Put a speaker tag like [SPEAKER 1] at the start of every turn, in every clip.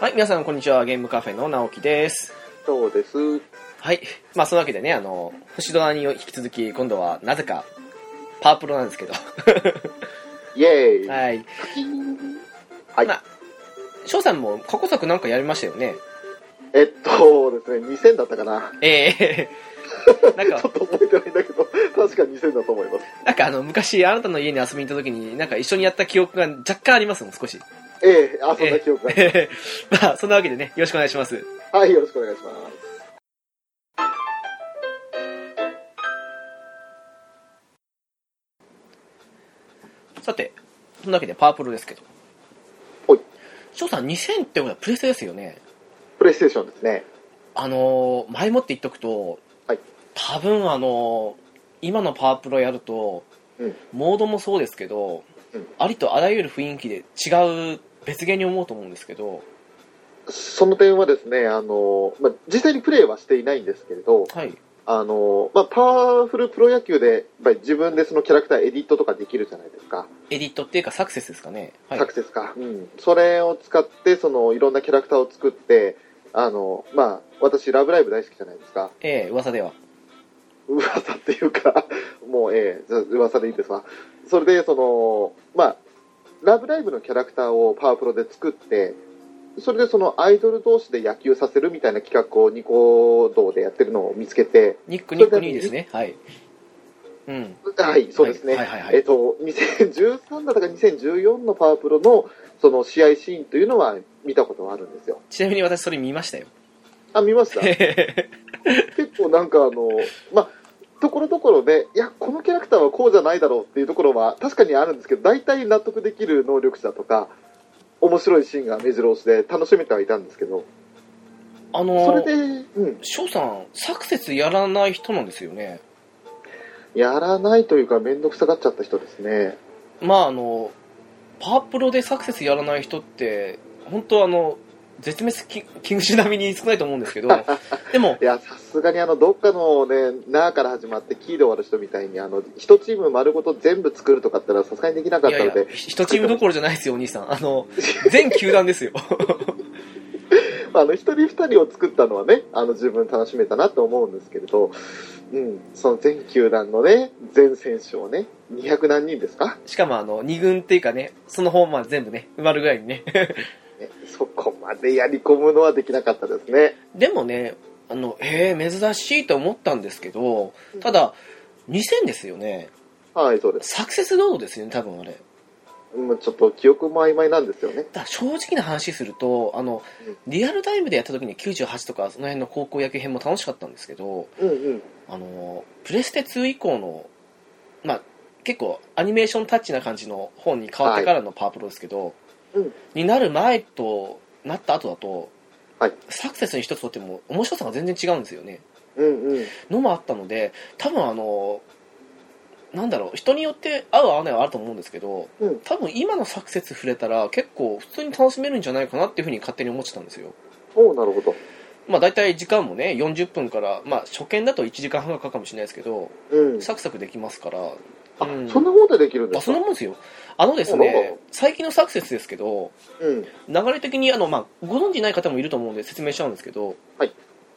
[SPEAKER 1] はい、皆さん、こんにちは。ゲームカフェの直樹です。
[SPEAKER 2] そうです。
[SPEAKER 1] はい。まあ、そのわけでね、あの、星ドラに引き続き、今度は、なぜか、パープロなんですけど。
[SPEAKER 2] イェーイ。
[SPEAKER 1] はい。
[SPEAKER 2] パキーンはい
[SPEAKER 1] まあ、翔さんも過去作なんかやりましたよね。
[SPEAKER 2] えっとですね、2000だったかな。
[SPEAKER 1] ええなん
[SPEAKER 2] ちょ
[SPEAKER 1] か
[SPEAKER 2] っ、と覚えてないんだけど、確か2000だと思います。
[SPEAKER 1] なんかあの、昔、あなたの家に遊びに行った時に、なんか一緒にやった記憶が若干ありますもん、少し。
[SPEAKER 2] ええあ、そんな記憶が。
[SPEAKER 1] まあ、そんなわけでね、よろしくお願いします。
[SPEAKER 2] はい、よろしくお願いします。
[SPEAKER 1] さて、そんなわけで、パープロですけど。
[SPEAKER 2] ほい。
[SPEAKER 1] 翔さん、2000ってことはプレステですよね。
[SPEAKER 2] プレイステーションですね。
[SPEAKER 1] あのー前もって言っとくと、
[SPEAKER 2] はい
[SPEAKER 1] 多分あのー今のパワープロやると、
[SPEAKER 2] うん
[SPEAKER 1] モードもそうですけど、
[SPEAKER 2] うん
[SPEAKER 1] ありとあらゆる雰囲気で違う別ゲーに思うと思うんですけど
[SPEAKER 2] その点はですね、あの、まあ、実際にプレイはしていないんですけれど、
[SPEAKER 1] はい
[SPEAKER 2] あの、まあ、パワフルプロ野球で、やっぱり自分でそのキャラクターエディットとかできるじゃないですか。
[SPEAKER 1] エディットっていうかサクセスですかねはい
[SPEAKER 2] サクセスか、うん、それを使ってそのいろんなキャラクターを作ってあのまあ私「ラブライブ!」大好きじゃないですか
[SPEAKER 1] ええ噂では
[SPEAKER 2] 噂っていうかもうええじゃあ噂でいいですわそれでそのまあ「ラブライブ!」のキャラクターをパワープロで作ってそれでそのアイドル同士で野球させるみたいな企画をニコ動でやってるのを見つけて
[SPEAKER 1] ニックニックニーですねはいうん
[SPEAKER 2] はいそうですね、
[SPEAKER 1] はいはいはいはい
[SPEAKER 2] えっと2013だったか2014のパワープロのその試合シーンというのは見たことはあるんですよ
[SPEAKER 1] ちなみに私それ見ましたよ
[SPEAKER 2] あ見ました結構なんかあの、まあ、ところどころで、いや、このキャラクターはこうじゃないだろうっていうところは確かにあるんですけど、大体納得できる能力者とか、面白いシーンが目白押しで楽しめてはいたんですけど、
[SPEAKER 1] あ
[SPEAKER 2] そ
[SPEAKER 1] の
[SPEAKER 2] れで、
[SPEAKER 1] ー
[SPEAKER 2] うん、
[SPEAKER 1] 翔さんサクセスやらない人なんですよね
[SPEAKER 2] やらないというか、面倒くさがっちゃった人ですね。
[SPEAKER 1] まああのパワープロでサクセスやらない人って本当あの絶滅き危惧種並みに少ないと思うんですけ どでも
[SPEAKER 2] いや、さすがにあの、どっかのね、なーから始まって、キーで終わる人みたいに、あの、一チーム丸ごと全部作るとかってのはさすがにできなかっ
[SPEAKER 1] い
[SPEAKER 2] た
[SPEAKER 1] やい
[SPEAKER 2] の
[SPEAKER 1] や
[SPEAKER 2] で、
[SPEAKER 1] 一チームどころじゃないですよお兄さんあの全球団ですよ
[SPEAKER 2] まあ、あの一人二人を作ったのはねあの自分楽しめたなと思うんですけれど、うん、その全球団のね全選手をね200何人ですか、
[SPEAKER 1] しかもあの二軍っていうかねその方まで全部ね埋まるぐらいにね
[SPEAKER 2] ねそこまでやり込むのはできなかったですね
[SPEAKER 1] でもねあのへえ珍しいと思ったんですけどただ2000ですよね
[SPEAKER 2] はいそうです
[SPEAKER 1] サクセスロードですよね多分あれ
[SPEAKER 2] もうちょっと記憶も曖昧なんですよね
[SPEAKER 1] だから正直な話するとあの
[SPEAKER 2] うん
[SPEAKER 1] リアルタイムでやった時に98とかその辺の高校野球編も楽しかったんですけど
[SPEAKER 2] うんうん
[SPEAKER 1] あのプレステ2以降の、まあ、結構アニメーションタッチな感じの方に変わってからのパワープロですけど、
[SPEAKER 2] うん
[SPEAKER 1] になる前となった後だと、
[SPEAKER 2] はい
[SPEAKER 1] サクセスに一つとっても面白さが全然違うんですよね
[SPEAKER 2] うんうん
[SPEAKER 1] のもあったので多分あのなんだろう人によって合う合わないはあると思うんですけど、
[SPEAKER 2] うん
[SPEAKER 1] 多分今のサクセス触れたら結構普通に楽しめるんじゃないかなっていうふうに勝手に思ってたんですよ
[SPEAKER 2] おおなるほど
[SPEAKER 1] まあ大体時間もね40分から、まあ、初見だと1時間半がかかるかもしれないですけど
[SPEAKER 2] うん
[SPEAKER 1] サクサクできますから、
[SPEAKER 2] あ、
[SPEAKER 1] うん
[SPEAKER 2] そんなことでできるんで
[SPEAKER 1] あ
[SPEAKER 2] す
[SPEAKER 1] そん
[SPEAKER 2] か
[SPEAKER 1] なもんですよあのです
[SPEAKER 2] そうな
[SPEAKER 1] ね
[SPEAKER 2] の
[SPEAKER 1] 最近のサクセスですけど
[SPEAKER 2] うん
[SPEAKER 1] 流れ的にあの、まあ、ご存じない方もいると思うんで説明しちゃうんですけど、
[SPEAKER 2] はい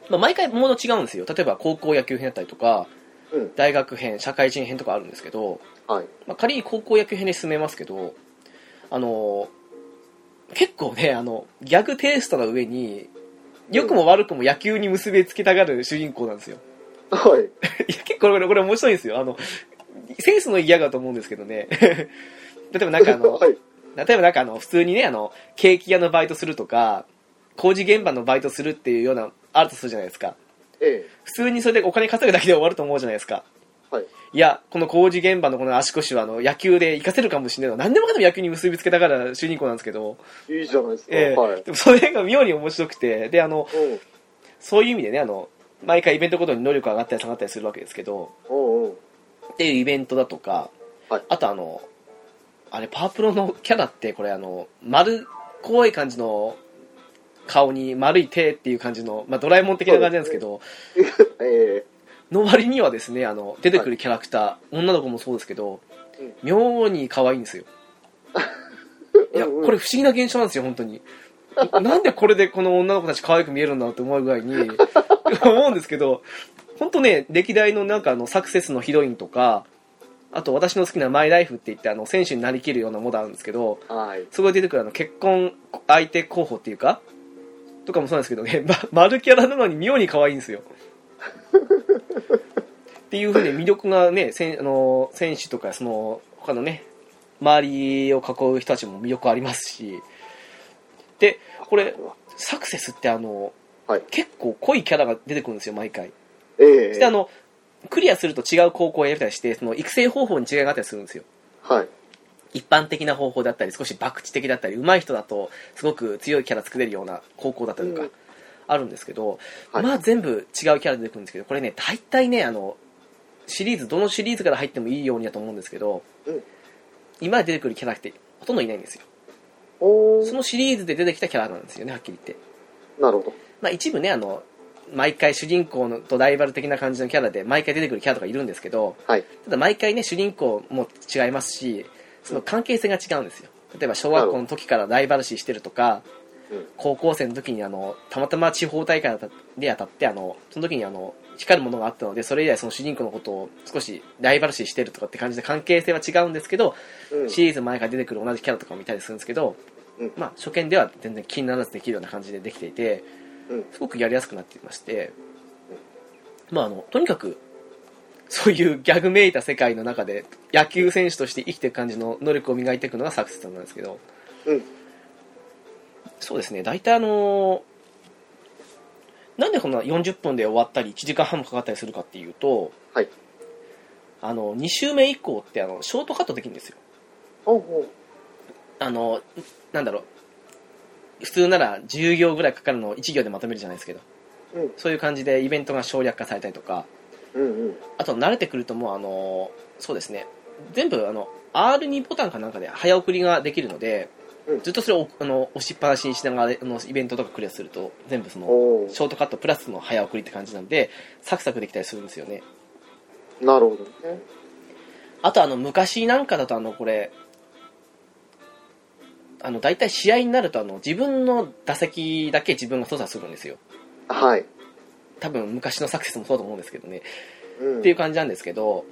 [SPEAKER 1] まあ、毎回もの違うんですよ例えば高校野球編だったりとか、
[SPEAKER 2] うん
[SPEAKER 1] 大学編社会人編とかあるんですけど、
[SPEAKER 2] はい
[SPEAKER 1] まあ、仮に高校野球編で進めますけどあの結構ねあのギャグテイストの上に良くも悪くも野球に結びつけたがる主人公なんですよ
[SPEAKER 2] は
[SPEAKER 1] い
[SPEAKER 2] い
[SPEAKER 1] や、結構これ、これ面白いんですよ。あの、センスのいいギャグだと思うんですけどね。 例えばなんかあの、
[SPEAKER 2] はい
[SPEAKER 1] 例えばなんかあの、普通にね、あの、ケーキ屋のバイトするとか、工事現場のバイトするっていうような、あるとするじゃないですか。
[SPEAKER 2] え
[SPEAKER 1] 普通にそれでお金稼ぐだけで終わると思うじゃないですか。
[SPEAKER 2] えはい
[SPEAKER 1] いや、この工事現場のこの足腰はあの、野球で活かせるかもしれないの。何でもかんでも野球に結びつけたから主人公なんですけど、
[SPEAKER 2] いいじゃないですか、
[SPEAKER 1] ええ
[SPEAKER 2] はい
[SPEAKER 1] でもそれが妙に面白くて、で、あの、
[SPEAKER 2] うん
[SPEAKER 1] そういう意味でね、あの、毎回イベントごとに能力が上がったり下がったりするわけですけど、
[SPEAKER 2] うん うん
[SPEAKER 1] っていうイベントだとか、
[SPEAKER 2] はい
[SPEAKER 1] あとあのあれパワープロのキャラってこれあの丸っこい感じの顔に丸い手っていう感じの、まあ、ドラえもん的な感じなんですけど
[SPEAKER 2] ええ
[SPEAKER 1] の割にはですねあの出てくるキャラクター、女の子もそうですけど、
[SPEAKER 2] うん
[SPEAKER 1] 妙に可愛いんですよいや
[SPEAKER 2] うんうん
[SPEAKER 1] これ不思議な現象なんですよ本当に なんでこれでこの女の子たち可愛く見えるんだろうって思うぐらいに 思うんですけど本当ね歴代のなんかあのサクセスのヒロインとかあと私の好きな「マイライフ」って言ってあの選手になりきるようなモダあるんですけど
[SPEAKER 2] はい。
[SPEAKER 1] そこで出てくるあの結婚相手候補っていうかとかもそうなんですけど ね、ま、丸キャラなのに妙に可愛いんですよっていうふうに魅力がねせんあの選手とかその他のね周りを囲う人たちも魅力ありますしでこれサクセスってあの、
[SPEAKER 2] はい
[SPEAKER 1] 結構濃いキャラが出てくるんですよ毎回
[SPEAKER 2] え
[SPEAKER 1] そ
[SPEAKER 2] え
[SPEAKER 1] してあのクリアすると違う高校を選べたりしてその育成方法に違いがあったりするんですよ
[SPEAKER 2] はい。
[SPEAKER 1] 一般的な方法だったり少し博打的だったり上手い人だとすごく強いキャラ作れるような高校だったりと
[SPEAKER 2] う
[SPEAKER 1] か
[SPEAKER 2] ん
[SPEAKER 1] あるんですけど、
[SPEAKER 2] はい
[SPEAKER 1] まあ全部違うキャラ出てくるんですけどこれね大体ねあのシリーズどのシリーズから入ってもいいようにだと思うんですけど、
[SPEAKER 2] うん
[SPEAKER 1] 今出てくるキャラってほとんどいないんですよ
[SPEAKER 2] お
[SPEAKER 1] そ
[SPEAKER 2] ー
[SPEAKER 1] のシリーズで出てきたキャラなんですよねはっきり言って、
[SPEAKER 2] なるほど。
[SPEAKER 1] まあ、一部ねあの毎回主人公のとライバル的な感じのキャラで毎回出てくるキャラとかいるんですけど、
[SPEAKER 2] はい。
[SPEAKER 1] ただ毎回ね主人公も違いますしその関係性が違うんですよ例えば小学校の時からライバル視してるとか
[SPEAKER 2] うん
[SPEAKER 1] 高校生の時にあのたまたま地方大会で当たってあのその時にあの光るものがあったのでそれ以来その主人公のことを少しライバル視してるとかって感じで関係性は違うんですけど
[SPEAKER 2] うん
[SPEAKER 1] シリーズ前から出てくる同じキャラとかも見たりするんですけど、
[SPEAKER 2] うん
[SPEAKER 1] まあ、初見では全然気にならずできるような感じでできていて、
[SPEAKER 2] うん
[SPEAKER 1] すごくやりやすくなっていまして、まあ、あのとにかくそういう ギャグめいた世界の中で野球選手として生きていく感じの能力を磨いていくのがサクセスなんですけど
[SPEAKER 2] うん。
[SPEAKER 1] そうですね大体あのなんでこんな40分で終わったり1時間半もかかったりするかっていうと
[SPEAKER 2] はい。
[SPEAKER 1] あの2周目以降ってあのショートカットできるんですよ
[SPEAKER 2] ほうほ
[SPEAKER 1] あの、なんだろう、普通なら10行ぐらいかかるのを1行でまとめるじゃないですけど、
[SPEAKER 2] う。うん。
[SPEAKER 1] そういう感じでイベントが省略化されたりとか、
[SPEAKER 2] うんうん。
[SPEAKER 1] あと慣れてくるともう、あの、そうですね、全部、あの、R2 ボタンかなんかで早送りができるので、
[SPEAKER 2] うん
[SPEAKER 1] ずっとそれをあの押しっぱなしにしながらあのイベントとかクリアすると全部その
[SPEAKER 2] お
[SPEAKER 1] ショートカットプラスの早送りって感じなんでサクサクできたりするんですよね
[SPEAKER 2] ーなるほどね。
[SPEAKER 1] あとあの昔なんかだとあのこれあの大体試合になるとあの自分の打席だけ自分が操作するんですよ
[SPEAKER 2] はい。
[SPEAKER 1] 多分昔のサクセスもそうだと思うんですけどね、
[SPEAKER 2] うん
[SPEAKER 1] っていう感じなんですけど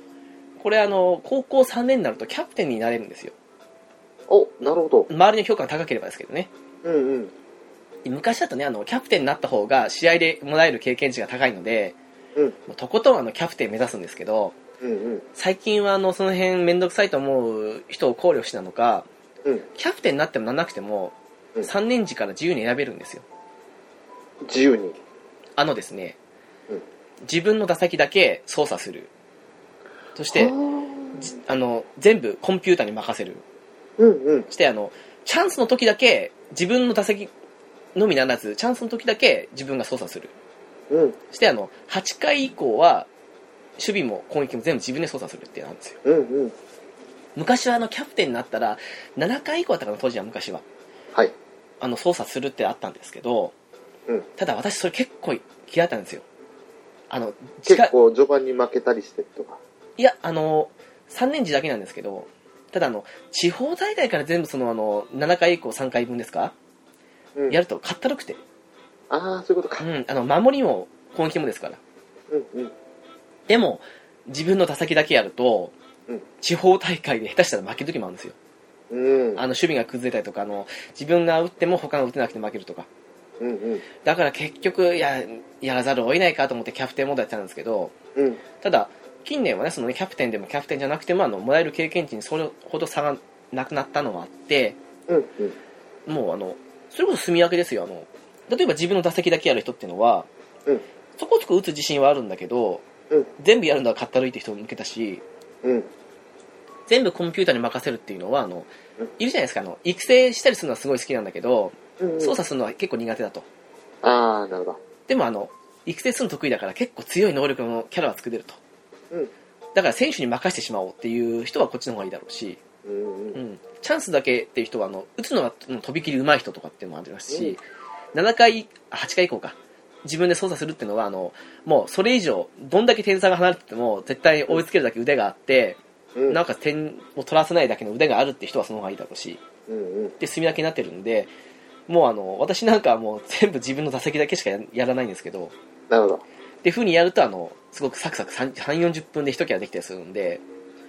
[SPEAKER 1] これあの高校3年になるとキャプテンになれるんですよ
[SPEAKER 2] お、なるほど。
[SPEAKER 1] 周りの評価が高ければですけどね
[SPEAKER 2] うんうん。
[SPEAKER 1] 昔だとねあのキャプテンになった方が試合でもらえる経験値が高いので
[SPEAKER 2] うん
[SPEAKER 1] もうとことんあのキャプテン目指すんですけど
[SPEAKER 2] うんうん。
[SPEAKER 1] 最近はあのその辺面倒くさいと思う人を考慮してなのか
[SPEAKER 2] うん。
[SPEAKER 1] キャプテンになってもならなくても、
[SPEAKER 2] うん
[SPEAKER 1] 3年時から自由に選べるんですよ
[SPEAKER 2] 自由に。
[SPEAKER 1] あのですね、
[SPEAKER 2] うん
[SPEAKER 1] 自分の打席だけ操作するそし
[SPEAKER 2] あ
[SPEAKER 1] て
[SPEAKER 2] ー
[SPEAKER 1] じあの全部コンピューターに任せる
[SPEAKER 2] うんうん。
[SPEAKER 1] そしてあのチャンスの時だけ自分の打席のみならずチャンスの時だけ自分が操作する
[SPEAKER 2] うん
[SPEAKER 1] そしてあの8回以降は守備も攻撃も全部自分で操作するってなんですよ
[SPEAKER 2] うんうん。
[SPEAKER 1] 昔はあのキャプテンになったら7回以降だったかな当時は昔は
[SPEAKER 2] はい。
[SPEAKER 1] あの操作するってあったんですけど、
[SPEAKER 2] うん
[SPEAKER 1] ただ私それ結構嫌だったんですよあの時間
[SPEAKER 2] 結構序盤に負けたりしてとか。
[SPEAKER 1] いやあの3年時だけなんですけどただあの地方大会から全部そのあの7回以降3回分ですか、
[SPEAKER 2] うん
[SPEAKER 1] やるとかったるくて、
[SPEAKER 2] ああ、そういうこと
[SPEAKER 1] う
[SPEAKER 2] か。
[SPEAKER 1] ん、あの守りも攻撃もですから
[SPEAKER 2] うんうん。
[SPEAKER 1] でも自分の打席だけやると、
[SPEAKER 2] うん
[SPEAKER 1] 地方大会で下手したら負ける時もあるんですよ
[SPEAKER 2] うん。
[SPEAKER 1] あの守備が崩れたりとかあの自分が打っても他が打てなくて負けるとか
[SPEAKER 2] うんうん。
[SPEAKER 1] だから結局ややらざるを得ないかと思ってキャプテン問題やってたんですけど
[SPEAKER 2] うん。
[SPEAKER 1] ただ近年はねそのねキャプテンでもキャプテンじゃなくてもあのもらえる経験値にそれほど差がなくなったのもあって
[SPEAKER 2] うんうん。
[SPEAKER 1] もうあのそれこそ住み分けですよあの例えば自分の打席だけやる人っていうのは、
[SPEAKER 2] うん
[SPEAKER 1] そこそこ打つ自信はあるんだけど、
[SPEAKER 2] うん
[SPEAKER 1] 全部やるのはかったるいって人も向けたし
[SPEAKER 2] うん。
[SPEAKER 1] 全部コンピューターに任せるっていうのはあの
[SPEAKER 2] うん
[SPEAKER 1] いるじゃないですかあの育成したりするのはすごい好きなんだけど
[SPEAKER 2] うんうん。
[SPEAKER 1] 操作するのは結構苦手だと
[SPEAKER 2] ああ、なるほど。
[SPEAKER 1] でもあの育成するの得意だから結構強い能力のキャラは作れると、
[SPEAKER 2] うん
[SPEAKER 1] だから選手に任せてしまおうっていう人はこっちの方がいいだろうし、
[SPEAKER 2] うんう。
[SPEAKER 1] うんん、チャンスだけっていう人はあの打つのがうん飛び切り上手い人とかっていうのもありますし、7回8回以降か自分で操作するっていうのはあのもうそれ以上どんだけ点差が離れてても絶対追いつけるだけ腕があって、
[SPEAKER 2] うん。
[SPEAKER 1] なおかつ点を取らせないだけの腕があるって人はその方がいいだろうし
[SPEAKER 2] うんうん。
[SPEAKER 1] で墨だけになってるんでもうあの私なんかはもう全部自分の座席だけしかややらないんですけど
[SPEAKER 2] なるほど。
[SPEAKER 1] っていう風にやるとあのすごくサクサク3 4 0分で一キャラできたりするんで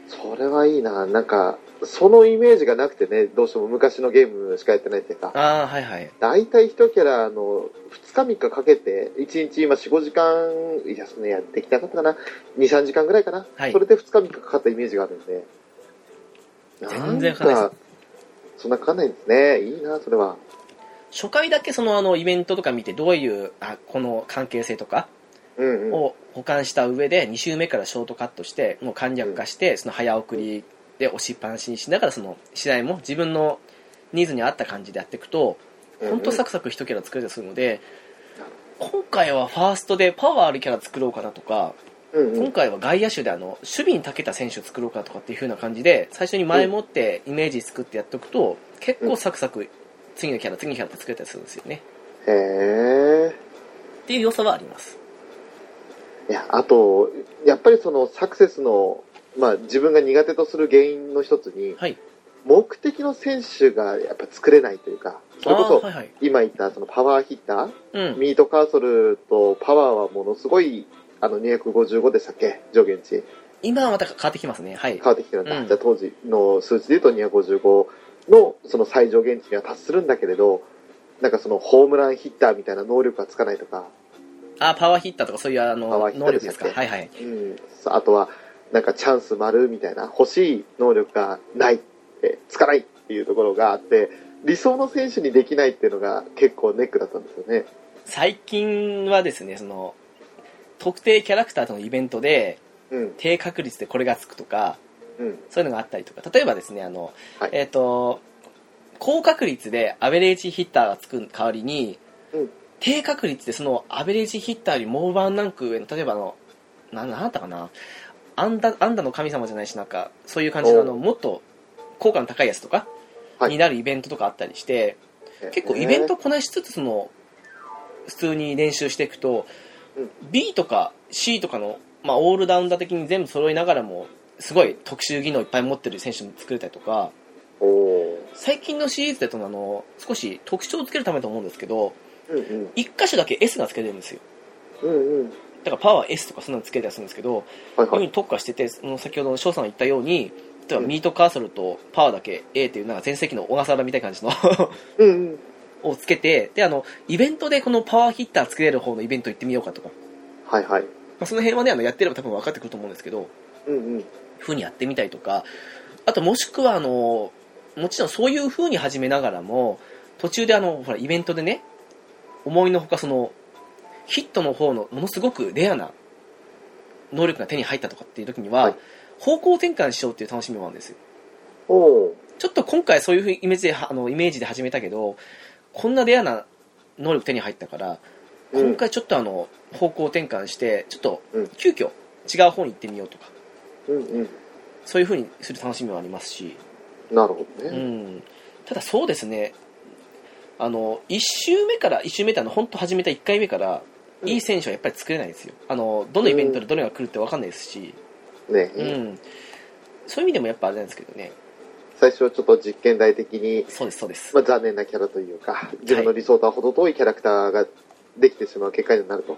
[SPEAKER 2] それはいいな。なんか、そのイメージがなくてね、どうしても昔のゲームしかやってないっていうか。
[SPEAKER 1] ああはいはい
[SPEAKER 2] 大体一キャラ、あの、2日3日かけて、1日今4、5時間、いや、そのやってきなかったかな。2、3時間ぐらいかな。
[SPEAKER 1] はい
[SPEAKER 2] それで2日3日かかったイメージがあるんで。
[SPEAKER 1] 全然かかんない
[SPEAKER 2] んそんなかかんないんですね。いいな、それは。
[SPEAKER 1] 初回だけそのあのイベントとか見てどういうあこの関係性とか
[SPEAKER 2] うんうん。
[SPEAKER 1] を保管した上で2周目からショートカットしてもう簡略化してその早送りで押しっぱなしにしながらその試合も自分のニーズに合った感じでやっていくと本当サクサク一キャラ作れたりするので今回はファーストでパワーあるキャラ作ろうかなとか
[SPEAKER 2] うんう
[SPEAKER 1] 今
[SPEAKER 2] ん。
[SPEAKER 1] 回は外野手であの守備に長けた選手を作ろうかとかっていう風な感じで最初に前もってイメージ作ってやっておくと結構サクサク次のキャラ次のキャラって作れたりするんですよね
[SPEAKER 2] へえ。
[SPEAKER 1] っていう良さはあります
[SPEAKER 2] いや、あと、やっぱりそのサクセスの、まあ自分が苦手とする原因の一つに、
[SPEAKER 1] はい
[SPEAKER 2] 目的の選手がやっぱ作れないというか、それこ
[SPEAKER 1] あー
[SPEAKER 2] そ
[SPEAKER 1] はいはい
[SPEAKER 2] 今言ったそのパワーヒッター、
[SPEAKER 1] うん
[SPEAKER 2] ミートカーソルとパワーはものすごい、あの255でしたっけ上限値。
[SPEAKER 1] 今はまた変わってきますねはい
[SPEAKER 2] 変わってきてるんだ。
[SPEAKER 1] うん
[SPEAKER 2] じゃあ当時の数値で言うと255のその最上限値には達するんだけれど、なんかそのホームランヒッターみたいな能力がつかないとか、
[SPEAKER 1] あパワーヒッターとかそういうあ
[SPEAKER 2] パ
[SPEAKER 1] の
[SPEAKER 2] ワーヒッタ
[SPEAKER 1] 能
[SPEAKER 2] ーで
[SPEAKER 1] 力
[SPEAKER 2] し
[SPEAKER 1] で
[SPEAKER 2] たっ
[SPEAKER 1] す
[SPEAKER 2] け
[SPEAKER 1] かはいはい
[SPEAKER 2] うん、あとはなんかチャンス丸みたいな欲しい能力がないってつかないっていうところがあって理想の選手にできないっていうのが結構ネックだったんですよね
[SPEAKER 1] 最近はですねその特定キャラクターとのイベントで
[SPEAKER 2] うん
[SPEAKER 1] 低確率でこれがつくとか
[SPEAKER 2] うん
[SPEAKER 1] そういうのがあったりとか例えばですねあの、
[SPEAKER 2] はい
[SPEAKER 1] えっ、と高確率でアベレージヒッターがつく代わりに、
[SPEAKER 2] うん
[SPEAKER 1] 低確率でそのアベレージヒッターよりもうワンランク上の例えばあのななんだったかなアンダアンダの神様じゃないしなんかそういう感じのあの
[SPEAKER 2] お
[SPEAKER 1] もっと効果の高いやつとか、
[SPEAKER 2] はい
[SPEAKER 1] になるイベントとかあったりして結構イベントこなしつつその普通に練習していくと、
[SPEAKER 2] うん
[SPEAKER 1] B とか C とかの、まあ、オールラウンダー的に全部揃いながらもすごい特殊技能いっぱい持ってる選手も作れたりとか
[SPEAKER 2] おお
[SPEAKER 1] 最近のシリーズだとあの少し特徴をつけるためだと思うんですけど
[SPEAKER 2] ーうん
[SPEAKER 1] 1箇所だけ S がつけてるんですよ
[SPEAKER 2] うんうんうん
[SPEAKER 1] だからパワー S とかそんなのつけたりするんですけどこうい
[SPEAKER 2] はい
[SPEAKER 1] うふ
[SPEAKER 2] は
[SPEAKER 1] う
[SPEAKER 2] い
[SPEAKER 1] に特化しててその先ほど翔さんが言ったように例えばミートカーソルとパワーだけ A っていうなんか全盛期の小笠原みたいな感じの
[SPEAKER 2] うんうん
[SPEAKER 1] をつけてであのイベントでこのパワーヒッターつけれる方のイベント行ってみようかとか、ま
[SPEAKER 2] はいはい
[SPEAKER 1] あ、その辺はねあのやってれば多分分かってくると思うんですけど
[SPEAKER 2] うんうん
[SPEAKER 1] ふうにやってみたりとかあともしくはあのもちろんそういうふうに始めながらも途中であのほらイベントでね思いのほかそのヒットの方のものすごくレアな能力が手に入ったとかっていう時には、
[SPEAKER 2] はい
[SPEAKER 1] 方向転換しようっていう楽しみもあるんですよ
[SPEAKER 2] おお
[SPEAKER 1] ちょっと今回そういうふうにイメージであのイメージで始めたけどこんなレアな能力手に入ったから
[SPEAKER 2] ーうん
[SPEAKER 1] 今回ちょっとあの方向転換してちょっと
[SPEAKER 2] うん
[SPEAKER 1] 急遽違う方に行ってみようとか
[SPEAKER 2] うんうん
[SPEAKER 1] そういう風にする楽しみもありますし、
[SPEAKER 2] なるほど
[SPEAKER 1] う
[SPEAKER 2] ね
[SPEAKER 1] ん、ただそうですねあの1周目から1周目ってあの本当始めた1回目から
[SPEAKER 2] うん
[SPEAKER 1] いい選手はやっぱり作れないですよあのどのイベントでどれが来るって分かんないですし、
[SPEAKER 2] ね
[SPEAKER 1] うんそういう意味でもやっぱあれなんですけどね
[SPEAKER 2] 最初はちょっと実験台的に
[SPEAKER 1] そうですそうです
[SPEAKER 2] まあ残念なキャラというか自分の理想とは程遠いキャラクターができてしまう結果になると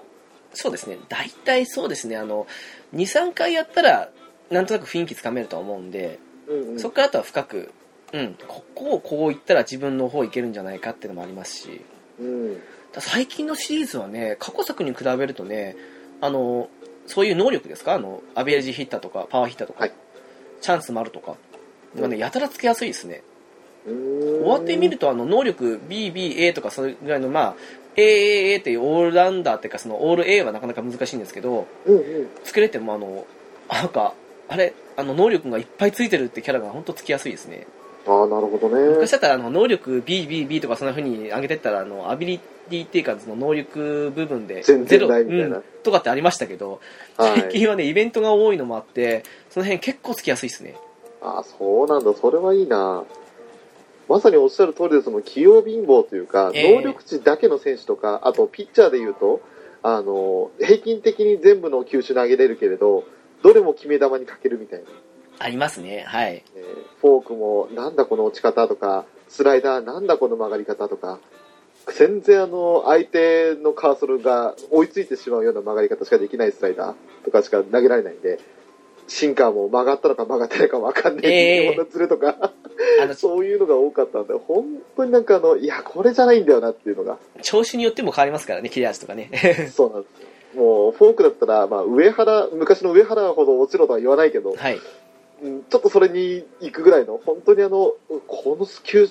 [SPEAKER 1] そうですね大体そうですねあの23回やったらなんとなく雰囲気つかめるとは思うんで
[SPEAKER 2] うんうん
[SPEAKER 1] そこからあとは深く、うん、ここをこういったら自分の方いけるんじゃないかっていうのもありますし
[SPEAKER 2] うん
[SPEAKER 1] ただ最近のシリーズはね過去作に比べるとねあのそういう能力ですかあのアベレージヒッターとかパワーヒッターとか、
[SPEAKER 2] はい
[SPEAKER 1] チャンスもあるとかでもねやたらつけやすいですね
[SPEAKER 2] 終
[SPEAKER 1] 終わってみるとあの能力 BBA とかそれぐらいのまあ AAA っていうオールラウンダーっていうかそのオール A はなかなか難しいんですけど
[SPEAKER 2] うんうん
[SPEAKER 1] 作れてもあのなんかあれあの能力がいっぱいついてるってキャラが本当つきやすいですね
[SPEAKER 2] ああなるほどね
[SPEAKER 1] 昔だったらあの能力 BBB とかそんな風に上げてったらあのアビリティっていうかその能力部分で
[SPEAKER 2] 全然
[SPEAKER 1] ゼロ
[SPEAKER 2] ないみたいな
[SPEAKER 1] うんとかってありましたけど
[SPEAKER 2] は
[SPEAKER 1] 最
[SPEAKER 2] い
[SPEAKER 1] 近はねイベントが多いのもあってその辺結構つきやすいですね
[SPEAKER 2] ああそうなんだそれはいいなまさにおっしゃる通りでその器用貧乏というか、
[SPEAKER 1] ええ
[SPEAKER 2] 能力値だけの選手とかあとピッチャーでいうとあの平均的に全部の球種投げれるけれどどれも決め球に欠けるみたいな、
[SPEAKER 1] ありますねはい
[SPEAKER 2] えーフォークもなんだこの落ち方とかスライダーなんだこの曲がり方とか全然あの、相手のカーソルが追いついてしまうような曲がり方しかできないスライダーとかしか投げられないんで、シンカーも曲がったのか曲がってないかわかんない
[SPEAKER 1] ええ
[SPEAKER 2] ようなズレとか、
[SPEAKER 1] あの
[SPEAKER 2] そういうのが多かったんで、本当になんかあの、いや、これじゃないんだよなっていうのが、
[SPEAKER 1] 調子によっても変わりますからね切れ味とかね
[SPEAKER 2] そうなんですよ。もう、フォークだったら、まあ、上原、昔の上原ほど落ちろとは言わないけど、
[SPEAKER 1] はい
[SPEAKER 2] うんちょっとそれに行くぐらいの、本当にあの、この球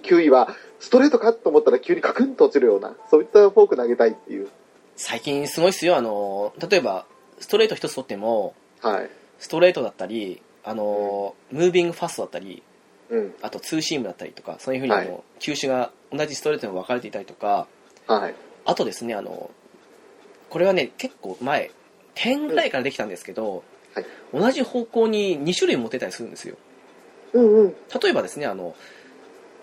[SPEAKER 2] 球威は、ストレートかと思ったら急にカクンと落ちるような、そういったフォーク投げたいっていう。
[SPEAKER 1] 最近すごいっすよあの例えばストレート一つ取っても
[SPEAKER 2] はい。
[SPEAKER 1] ストレートだったりあの、ムービングファストだったり
[SPEAKER 2] うん。
[SPEAKER 1] あとツーシームだったりとかそういうふうにあの、
[SPEAKER 2] は
[SPEAKER 1] 球種が同じストレートにも分かれていたりとか
[SPEAKER 2] はい。
[SPEAKER 1] あとですねあのこれはね結構前点ぐらいからできたんですけど、
[SPEAKER 2] はい
[SPEAKER 1] 同じ方向に2種類持ってたりするんですよ
[SPEAKER 2] うんうん。
[SPEAKER 1] 例えばですねあの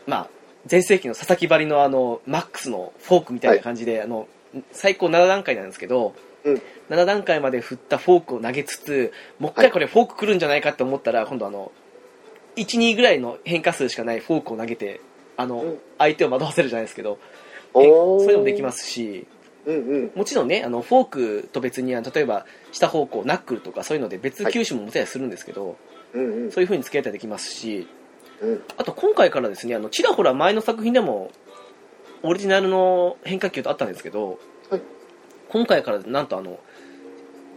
[SPEAKER 1] まあ全盛期の佐々木張りのあのマックスのフォークみたいな感じで、あの最高7段階なんですけど、
[SPEAKER 2] うん
[SPEAKER 1] 7段階まで振ったフォークを投げつつもう一
[SPEAKER 2] は
[SPEAKER 1] 回
[SPEAKER 2] い
[SPEAKER 1] これフォーク来るんじゃないかって思ったら、今度あの12ぐらいの変化数しかないフォークを投げてあの、
[SPEAKER 2] うん
[SPEAKER 1] 相手を惑わせるじゃないですけど
[SPEAKER 2] お
[SPEAKER 1] 変
[SPEAKER 2] ー
[SPEAKER 1] そういうのもできますし
[SPEAKER 2] うんうん。
[SPEAKER 1] もちろんねあのフォークと別にあの例えば下方向ナックルとかそういうので別球種も持てたりするんですけど、
[SPEAKER 2] うんうん。
[SPEAKER 1] そういう風に付き合ったりできますし
[SPEAKER 2] うん
[SPEAKER 1] あと今回からですね、あのちらほら前の作品でもオリジナルの変化球とあったんですけど、
[SPEAKER 2] はい
[SPEAKER 1] 今回からなんとあの、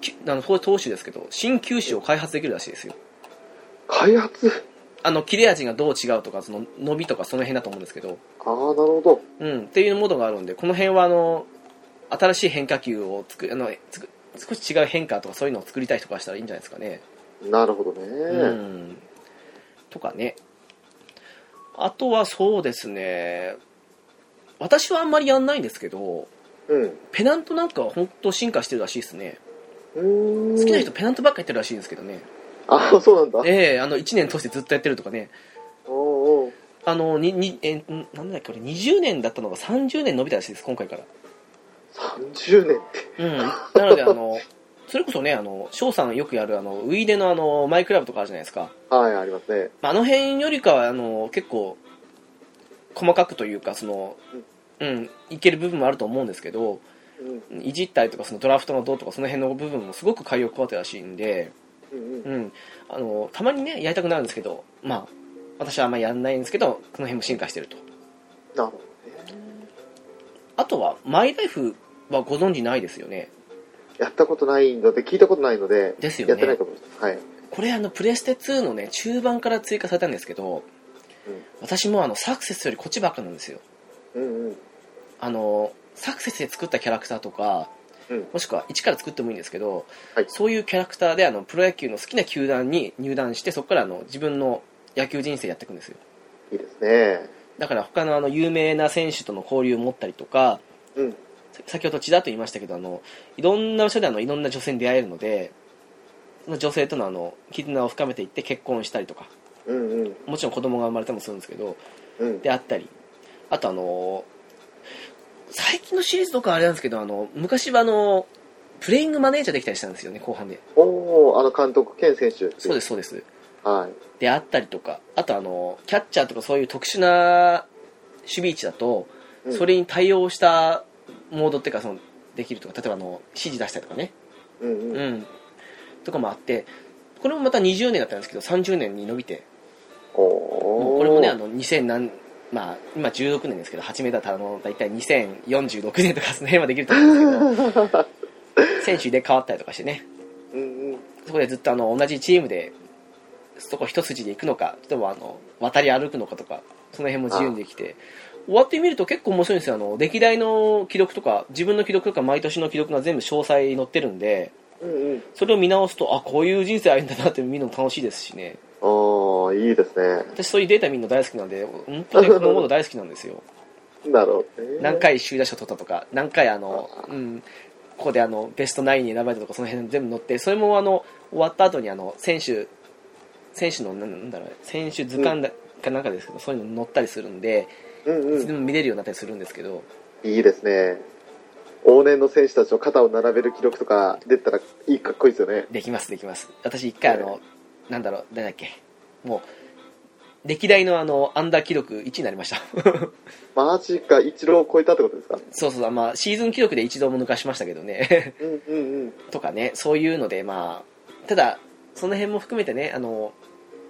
[SPEAKER 1] きあの投手ですけど、新球種を開発できるらしいですよ。
[SPEAKER 2] 開発
[SPEAKER 1] あの切れ味がどう違うとか、その伸びとかその辺だと思うんですけど、
[SPEAKER 2] ああ、なるほど。
[SPEAKER 1] うん、っていうモードがあるんで、この辺はあの新しい変化球を作あの作少し違う変化とかそういうのを作りたい人からしたらいいんじゃないですかね。
[SPEAKER 2] なるほど
[SPEAKER 1] う
[SPEAKER 2] ね。
[SPEAKER 1] んとかねあとはそうですね私はあんまりやんないんですけど
[SPEAKER 2] うん。
[SPEAKER 1] ペナントなんかは本当進化してるらしいですね
[SPEAKER 2] うん。
[SPEAKER 1] 好きな人ペナントばっかやってるらしいんですけどね
[SPEAKER 2] ああ、そうなんだ。
[SPEAKER 1] ええあの1年通してずっとやってるとかね
[SPEAKER 2] おうおう
[SPEAKER 1] あのににえんなんだっけこれ20年だったのが30年伸びたらしいです今回から
[SPEAKER 2] 30年って。
[SPEAKER 1] うんなのであのそれこそねあの翔さんよくやるあのウイイデのあのマイクラブとかあるじゃないですか
[SPEAKER 2] はい、ありますね。
[SPEAKER 1] まああの辺よりかはあの結構細かくというかその、うん、いける部分もあると思うんですけど
[SPEAKER 2] うん。
[SPEAKER 1] いじったりとかそのドラフトのどうとかその辺の部分もすごく改良加わってるらしいんで、
[SPEAKER 2] うんうん。
[SPEAKER 1] うん、あのたまにねやりたくなるんですけど、まあ、私はあんまりやんないんですけどこの辺も進化してると
[SPEAKER 2] なるほどね。
[SPEAKER 1] あとはマイライフはご存知ないですよね
[SPEAKER 2] やったことないので、聞いたことないので、
[SPEAKER 1] ですよね
[SPEAKER 2] やってないと思います。はい。
[SPEAKER 1] これあのプレステ2のね中盤から追加されたんですけど、
[SPEAKER 2] うん
[SPEAKER 1] 私もあのサクセスよりこっちばっかなんですよ
[SPEAKER 2] うんうん。
[SPEAKER 1] あのサクセスで作ったキャラクターとか、
[SPEAKER 2] うん
[SPEAKER 1] もしくは一から作ってもいいんですけど、
[SPEAKER 2] はい
[SPEAKER 1] そういうキャラクターであのプロ野球の好きな球団に入団してそこからあの自分の野球人生やっていくんですよ
[SPEAKER 2] いいですね。
[SPEAKER 1] だから他のあの有名な選手との交流を持ったりとか
[SPEAKER 2] うん。
[SPEAKER 1] さ先ほどちらっと言いましたけどあのいろんな場所であのいろんな女性に出会えるのでその女性とのあの絆を深めていって結婚したりとか
[SPEAKER 2] うんうん。
[SPEAKER 1] もちろん子供が生まれたりもするんですけど
[SPEAKER 2] うん。
[SPEAKER 1] であったりあとあの最近のシリーズとかあれなんですけどあの昔はあのプレイングマネージャーできたりしたんですよね後半で
[SPEAKER 2] おおあの監督兼選手。。
[SPEAKER 1] そうですすそうです
[SPEAKER 2] はい。
[SPEAKER 1] であったりとかあとあのキャッチャーとかそういう特殊な守備位置だと
[SPEAKER 2] うん
[SPEAKER 1] それに対応したモードっていうかそのできるとか例えばあの指示出したりとかね
[SPEAKER 2] うんうん。
[SPEAKER 1] うんとかもあってこれもまた20年だったんですけど30年に伸びて
[SPEAKER 2] お
[SPEAKER 1] も
[SPEAKER 2] お
[SPEAKER 1] うこれもねあの2000何まあ今16年ですけど8メーターたの大体2046年とかその辺はできると思うんですけど選手で変わったりとかしてね
[SPEAKER 2] うんうん。
[SPEAKER 1] そこでずっとあの同じチームでそこ一筋で行くのか例えばあの渡り歩くのかとかその辺も自由にできて終わってみると結構面白いんですよあの歴代の記録とか自分の記録とか毎年の記録が全部詳細に載ってるんで
[SPEAKER 2] うんうん。
[SPEAKER 1] それを見直すとあこういう人生あるんだなって見るのも楽しいですしね
[SPEAKER 2] おおいいですね。
[SPEAKER 1] 私そういうデータ見るの大好きなんで本当にこのモード大好きなんですよ
[SPEAKER 2] なるほどね。
[SPEAKER 1] 何回首位打者取ったとか何回あの、うん、ここであのベストナインに選ばれたとかその辺全部載ってそれもあの終わった後にあの選手選手のなんなんだろう選手図鑑だかなんかですけど、そういうの載ったりするんで、
[SPEAKER 2] うん
[SPEAKER 1] いうつで
[SPEAKER 2] ん。
[SPEAKER 1] も見れるようになったりするんですけど
[SPEAKER 2] いいですね。往年の選手たちを肩を並べる記録とか出たらいいかっこいいですよね。
[SPEAKER 1] できますできます私一回あの、なんだろう誰だっけもう歴代のあのアンダー記録1位になりました
[SPEAKER 2] マジか、一郎を超えたってことですか
[SPEAKER 1] そうそう、まあ、シーズン記録で一度も抜かしましたけどね
[SPEAKER 2] うんうんうん。
[SPEAKER 1] とかねそういうのでまあただその辺も含めてねあの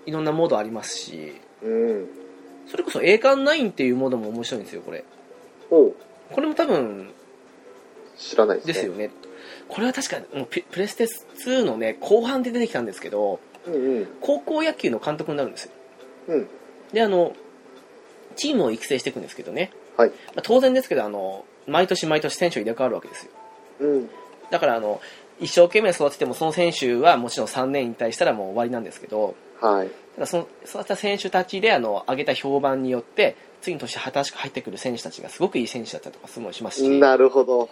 [SPEAKER 1] いろんなモードありますし
[SPEAKER 2] うん。
[SPEAKER 1] それこそ栄冠9っていうモードも面白いんですよこれ
[SPEAKER 2] おう
[SPEAKER 1] これも多分
[SPEAKER 2] 知らないですね。
[SPEAKER 1] ですよねこれは確かもうププレステ2のね後半で出てきたんですけど
[SPEAKER 2] うんうん。
[SPEAKER 1] 高校野球の監督になるんですよ
[SPEAKER 2] うん。
[SPEAKER 1] であのチームを育成していくんですけどね、
[SPEAKER 2] はい
[SPEAKER 1] まあ当然ですけどあの毎年毎年選手が入れ替わるわけですよ
[SPEAKER 2] うん。
[SPEAKER 1] だからあの一生懸命育ててもその選手はもちろん3年引退したらもう終わりなんですけど
[SPEAKER 2] はい。
[SPEAKER 1] ただその育てた選手たちであの上げた評判によって次の年新しく入ってくる選手たちがすごくいい選手だったりとかすごいしますし
[SPEAKER 2] なるほど。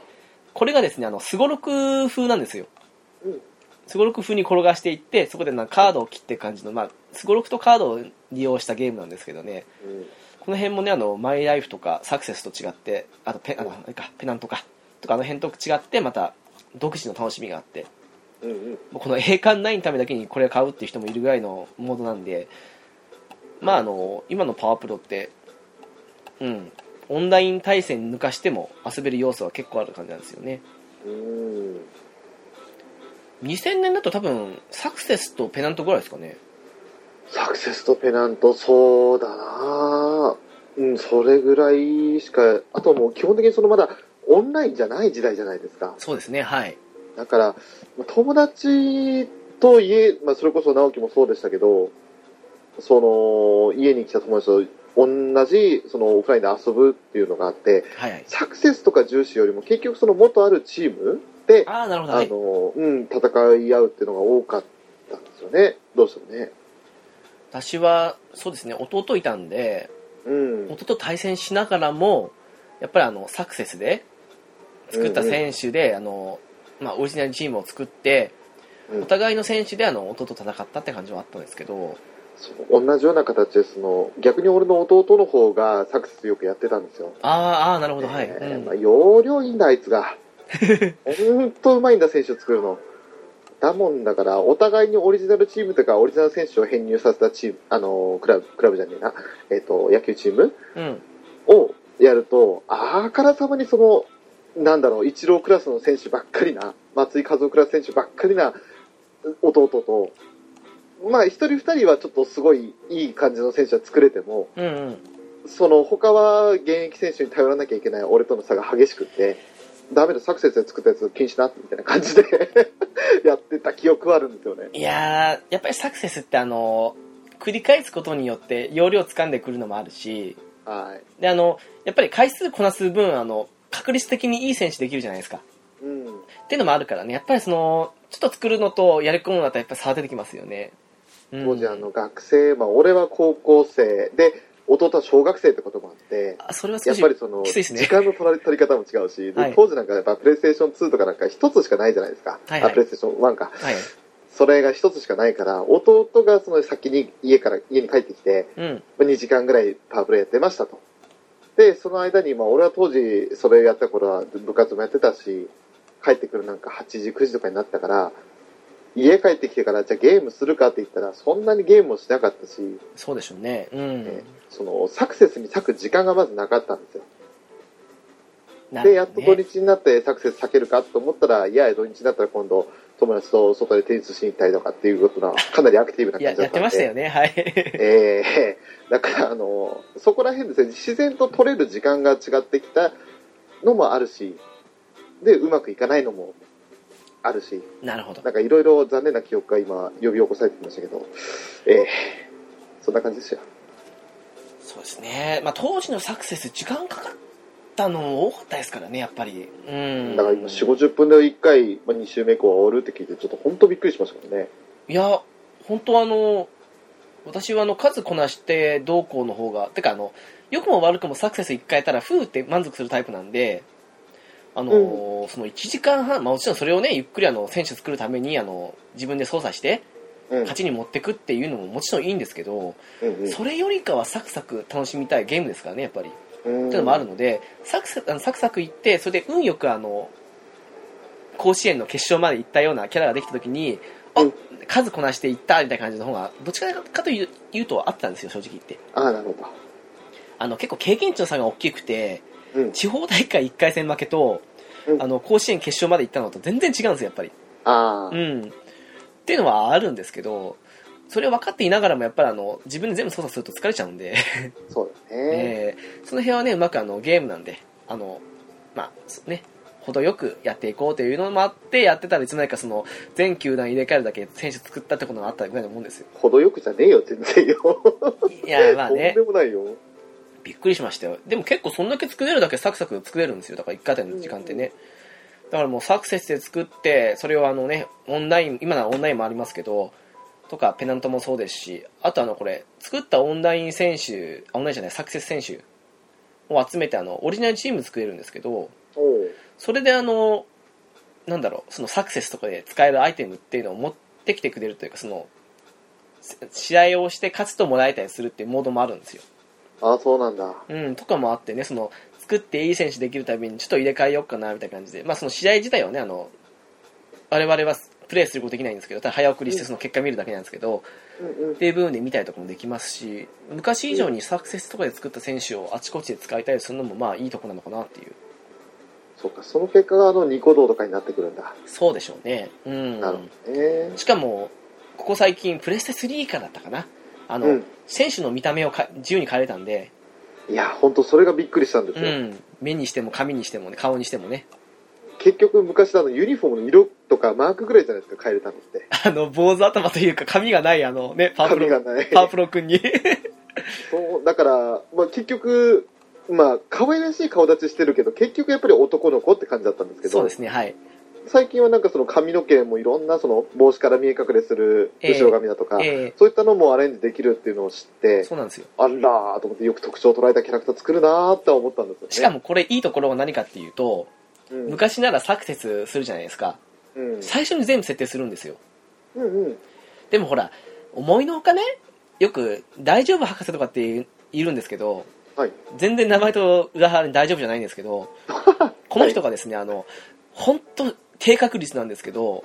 [SPEAKER 1] これがですねあのすごろく風なんですよ
[SPEAKER 2] うん
[SPEAKER 1] すごろく風に転がしていってそこでなんかカードを切っていく感じのまあすごろくとカードを利用したゲームなんですけどね
[SPEAKER 2] うん。
[SPEAKER 1] この辺もねあのマイライフとかサクセスと違ってあとペあのあれかペナントかとかあの辺と違ってまた独自の楽しみがあって
[SPEAKER 2] うんうん。
[SPEAKER 1] もうこの栄冠ないのためだけにこれを買うっていう人もいるぐらいのモードなんでまああの今のパワープロってうんオンライン対戦抜かしても遊べる要素は結構ある感じなんですよね
[SPEAKER 2] うん。
[SPEAKER 1] 2000年だと多分サクセスとペナントぐらいですかね
[SPEAKER 2] サクセスとペナント、そうだなうん、それぐらいしか、あともう基本的にそのまだオンラインじゃない時代じゃないですか。
[SPEAKER 1] そうですねはい
[SPEAKER 2] だから、まあ友達と家、まあ、それこそ直樹もそうでしたけど、その、家に来た友達と同じ、その、オフラインで遊ぶっていうのがあって、
[SPEAKER 1] はいはい
[SPEAKER 2] サクセスとか重視よりも結局その元あるチームで、
[SPEAKER 1] ああなるほど
[SPEAKER 2] あ
[SPEAKER 1] はい
[SPEAKER 2] の、うん、戦い合うっていうのが多かったんですよね。どうしてもね。
[SPEAKER 1] 私はそうですね弟いたんで
[SPEAKER 2] うん。
[SPEAKER 1] 音と対戦しながらもやっぱりあのサクセスで作った選手で、あのまあ、オリジナルチームを作って
[SPEAKER 2] うん
[SPEAKER 1] お互いの選手であの音と戦ったって感じはあったんですけど
[SPEAKER 2] そう同じような形でその逆に俺の弟の方がサクセスよくやってたんですよ、
[SPEAKER 1] ああああなるほどはい、
[SPEAKER 2] えー
[SPEAKER 1] うん
[SPEAKER 2] まあ、容量いいんだあい つがほんとうまいんだ選手を作るのだもんだからお互いにオリジナルチームとかオリジナル選手を編入させたチームあのクラブクラブじゃねえな、えっと野球チーム
[SPEAKER 1] うん
[SPEAKER 2] をやるとあからさまにそのなんだろうイチロークラスの選手ばっかりな松井一夫クラス選手ばっかりな弟と。まあ、一人二人はちょっとすごいいい感じの選手は作れても、
[SPEAKER 1] うんうん
[SPEAKER 2] その他は現役選手に頼らなきゃいけない俺との差が激しくて、ダメだ、サクセスで作ったやつ禁止な、みたいな感じで やってた記憶はあるんですよね。
[SPEAKER 1] いやーやっぱりサクセスってあの繰り返すことによって容量掴んでくるのもあるし
[SPEAKER 2] は
[SPEAKER 1] であのやっぱり回数こなす分あの確率的にいい選手できるじゃないですか
[SPEAKER 2] い。うん。
[SPEAKER 1] っていうのもあるからねやっぱりそのちょっと作るのとやり込むのだとやっぱ差は出てきますよね、うん
[SPEAKER 2] 当時あの学生、まあ俺は高校生で、弟は小学生ってこともあって、
[SPEAKER 1] あそれは少
[SPEAKER 2] やっ
[SPEAKER 1] し
[SPEAKER 2] ぱりその、
[SPEAKER 1] きついですね
[SPEAKER 2] 時間の取られ取り方も違うし、で
[SPEAKER 1] はい
[SPEAKER 2] 当時なんかやっぱプレイステーション2とかなんか一つしかないじゃないですか。
[SPEAKER 1] はいはい
[SPEAKER 2] あ、プレイステーション1か。
[SPEAKER 1] はい
[SPEAKER 2] それが一つしかないから、弟がその先に家から、家に帰ってきて、
[SPEAKER 1] うん
[SPEAKER 2] 2時間ぐらいパワープレイやってましたと。で、その間に、まあ、俺は当時、それやった頃は部活もやってたし、帰ってくるなんか8時、9時とかになったから、家帰ってきてから、じゃあゲームするかって言ったら、そんなにゲームもしなかったし、
[SPEAKER 1] そうでしょうねうん、
[SPEAKER 2] ねその、サクセスに割く時間がまずなかったんですよ。
[SPEAKER 1] な
[SPEAKER 2] で、
[SPEAKER 1] る
[SPEAKER 2] や
[SPEAKER 1] ほ
[SPEAKER 2] っ
[SPEAKER 1] ど
[SPEAKER 2] と
[SPEAKER 1] ね
[SPEAKER 2] 土日になってサクセス避けるかと思ったら、いや、土日になったら今度、友達と外でテニスしに行ったりとかっていう ことな、かなりアクティブない
[SPEAKER 1] や
[SPEAKER 2] 感じだ
[SPEAKER 1] や
[SPEAKER 2] っ
[SPEAKER 1] った
[SPEAKER 2] ん
[SPEAKER 1] て
[SPEAKER 2] で。
[SPEAKER 1] ましたよねはい
[SPEAKER 2] えー、だからあのそこら辺ですね自然と取れる時間が違ってきたのもあるしでうまくいかないのもあるし
[SPEAKER 1] なるほど
[SPEAKER 2] なんかいろいろ残念な記憶が今呼び起こされてきましたけど、えー、そんな感じですよ
[SPEAKER 1] そうですね、まあ、当時のサクセス時間かかったのも多かったですからねやっぱりうん
[SPEAKER 2] だから今4 5 0分で1回、まあ、2週目以降は終わるって聞いてちょっと本当びっくりしましたもんね
[SPEAKER 1] いや本当あの私はあの数こなしてどうこうの方がてかあの良くも悪くもサクセス1回やったらふーって満足するタイプなんであのーその1時間半、まあ、もちろんそれをねゆっくりあの選手作るためにあの自分で操作して
[SPEAKER 2] うん
[SPEAKER 1] 勝ちに持ってくっていうのももちろんいいんですけど、
[SPEAKER 2] うんうん
[SPEAKER 1] それよりかはサクサク楽しみたいゲームですからねやっぱり
[SPEAKER 2] うん
[SPEAKER 1] っていうのもあるので、サクサクあのサクサク行って、それで運よくあの、甲子園の決勝まで行ったようなキャラができたときに、あ、
[SPEAKER 2] うん
[SPEAKER 1] 数こなしていったみたいな感じの方がどっちかかという言うとあったんですよ正直言って
[SPEAKER 2] ああ、なるほど。
[SPEAKER 1] あの結構経験値の差が大きくて
[SPEAKER 2] うん。
[SPEAKER 1] 地方大会1回戦負けと、
[SPEAKER 2] うん
[SPEAKER 1] あの甲子園決勝まで行ったのと全然違うんですよやっぱり
[SPEAKER 2] ああ、
[SPEAKER 1] うん、っていうのはあるんですけどそれを分かっていながらもやっぱりあの自分で全部操作すると疲れちゃうんで、
[SPEAKER 2] そうですね。
[SPEAKER 1] えーその辺はねうまくあのゲームなんであの、まあそうね、程よくやっていこうというのもあってやってたらいつの間にかその全球団入れ替えるだけ選手作ったってことがあったぐらいのもんですよ
[SPEAKER 2] 程よくじゃねえよ、全然よ。
[SPEAKER 1] いや まあね
[SPEAKER 2] とんでもないよ。
[SPEAKER 1] びっくりしましたよでも結構そんだけ作れるだけサクサク作れるんですよだから1回あたりの時間ってね、だからもうサクセスで作ってそれをあのねオンライン今ならオンラインもありますけどとかペナントもそうですしあとあのこれ作ったオンライン選手あオンラインじゃないサクセス選手を集めてあのオリジナルチーム作れるんですけど
[SPEAKER 2] おう
[SPEAKER 1] それであのなんだろうそのサクセスとかで使えるアイテムっていうのを持ってきてくれるというかそのせ試合をして勝つともらえたりするっていうモードもあるんですよ
[SPEAKER 2] ああ、そうなんだ。
[SPEAKER 1] うん、とかもあってね、その、作っていい選手できるたびに、ちょっと入れ替えようかな、みたいな感じで、まあ、その試合自体はね、あの、我々はプレーすることできないんですけど、ただ早送りしてその結果見るだけなんですけど、
[SPEAKER 2] うんうん
[SPEAKER 1] っていう部分で見たりとかもできますし、昔以上にサクセスとかで作った選手をあちこちで使いたりするのも、まあ、いいとこなのかなっていう。
[SPEAKER 2] そうか、その結果があのニコ動とかになってくるんだ。
[SPEAKER 1] そうでしょうね。う
[SPEAKER 2] なる
[SPEAKER 1] ん。
[SPEAKER 2] ほどね。
[SPEAKER 1] しかも、ここ最近、プレステ3からだったかな。あの、
[SPEAKER 2] うん
[SPEAKER 1] 選手の見た目をか自由に変えれたんで、
[SPEAKER 2] いや、本当それがびっくりしたんです
[SPEAKER 1] う
[SPEAKER 2] よ。
[SPEAKER 1] ん、目にしても髪にしてもね、顔にしてもね、
[SPEAKER 2] 結局昔のあのユニフォームの色とかマークぐらいじゃないですか、変えれたのって。
[SPEAKER 1] あの、坊主頭というか、髪がない、あのね、パープ
[SPEAKER 2] 髪が
[SPEAKER 1] ロ、
[SPEAKER 2] ない。
[SPEAKER 1] パープロ君 に。
[SPEAKER 2] そう、だから、まあ結局、まあ可愛らしい顔立ちしてるけど、結局やっぱり男の子って感じだったんですけ
[SPEAKER 1] そう
[SPEAKER 2] ど
[SPEAKER 1] で、すね、はい。
[SPEAKER 2] 最近はなんかその髪の毛もいろんなその帽子から見え隠れする
[SPEAKER 1] ええ
[SPEAKER 2] 後ろ髪だとか、
[SPEAKER 1] え
[SPEAKER 2] そういったのもアレンジできるっていうのを知っ
[SPEAKER 1] え
[SPEAKER 2] て、
[SPEAKER 1] そうなんですよ。
[SPEAKER 2] あらーと思ってよく特徴を捉えたキャラクター作るなーって思ったんですよね。
[SPEAKER 1] しかもこれ、いいところは何かっていうと、
[SPEAKER 2] うん、
[SPEAKER 1] 昔ならサクセスするじゃないですか。
[SPEAKER 2] うん、
[SPEAKER 1] 最初に全部設定するんですよ。
[SPEAKER 2] うんうん。
[SPEAKER 1] でもほら、思いのほかね、よく、大丈夫博士とかっているんですけど、
[SPEAKER 2] はい。
[SPEAKER 1] 全然名前と裏腹に大丈夫じゃないんですけ ど、この人がですね、あの、本当低確率なんですけど、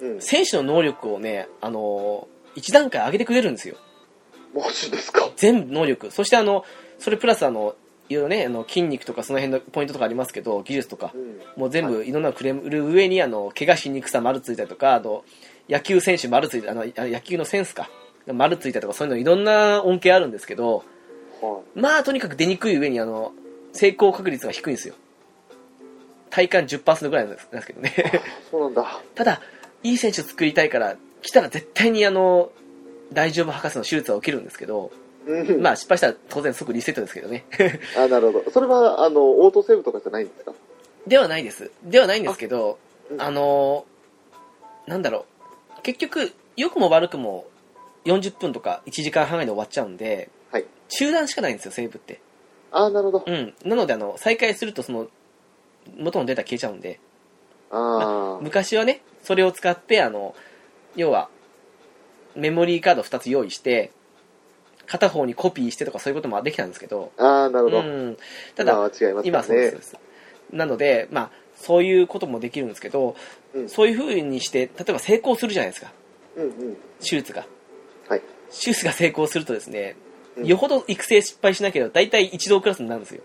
[SPEAKER 2] うん。
[SPEAKER 1] 選手の能力をね、あの、一段階上げてくれるんですよ。
[SPEAKER 2] マジですか
[SPEAKER 1] 全部能力そしてあのそれプラスあのいろいろねあの筋肉とかその辺のポイントとかありますけど技術とか
[SPEAKER 2] うん。
[SPEAKER 1] もう全部いろんなのくれる上にあの怪我しにくさ丸ついたりとかあと野球選手丸ついたあのあ野球のセンスか丸ついたりとかそういうのいろんな恩恵あるんですけど
[SPEAKER 2] はい。
[SPEAKER 1] まあとにかく出にくい上にあの成功確率が低いんですよ体感10%ぐらいなんですなんですけどね
[SPEAKER 2] そうなんだ。
[SPEAKER 1] ただいい選手作りたいから来たら絶対にあの大丈夫博士の手術は受けるんですけど
[SPEAKER 2] うん。
[SPEAKER 1] まあ失敗したら当然即リセットですけどね。
[SPEAKER 2] あ、なるほど。それは、あの、オートセーブとかじゃないんですか
[SPEAKER 1] ではないです。ではないんですけど、
[SPEAKER 2] あうん
[SPEAKER 1] あのーなんだろう。結局、良くも悪くも40分とか1時間半ぐらいで終わっちゃうんで、
[SPEAKER 2] はい
[SPEAKER 1] 中断しかないんですよ、セーブって。
[SPEAKER 2] あ、なるほど。
[SPEAKER 1] うん。なので、あの、再開するとその、元のデータ消えちゃうんで、
[SPEAKER 2] あー
[SPEAKER 1] 昔はね、それを使って、あの、要は、メモリーカード2つ用意して、片方にコピーしてとかそういうこともできたんですけど、
[SPEAKER 2] あー、なるほ
[SPEAKER 1] う
[SPEAKER 2] ど。
[SPEAKER 1] ん。ただ
[SPEAKER 2] 今、は違いますね。
[SPEAKER 1] 今はそうですそうですなので、まあ、そういうこともできるんですけど、
[SPEAKER 2] うん
[SPEAKER 1] そういうふうにして例えば成功するじゃないですか
[SPEAKER 2] うんうん。
[SPEAKER 1] 手術が
[SPEAKER 2] はい。
[SPEAKER 1] 手術が成功するとですね、
[SPEAKER 2] うん
[SPEAKER 1] よほど育成失敗しなければ大体一度クラスになるんですよ、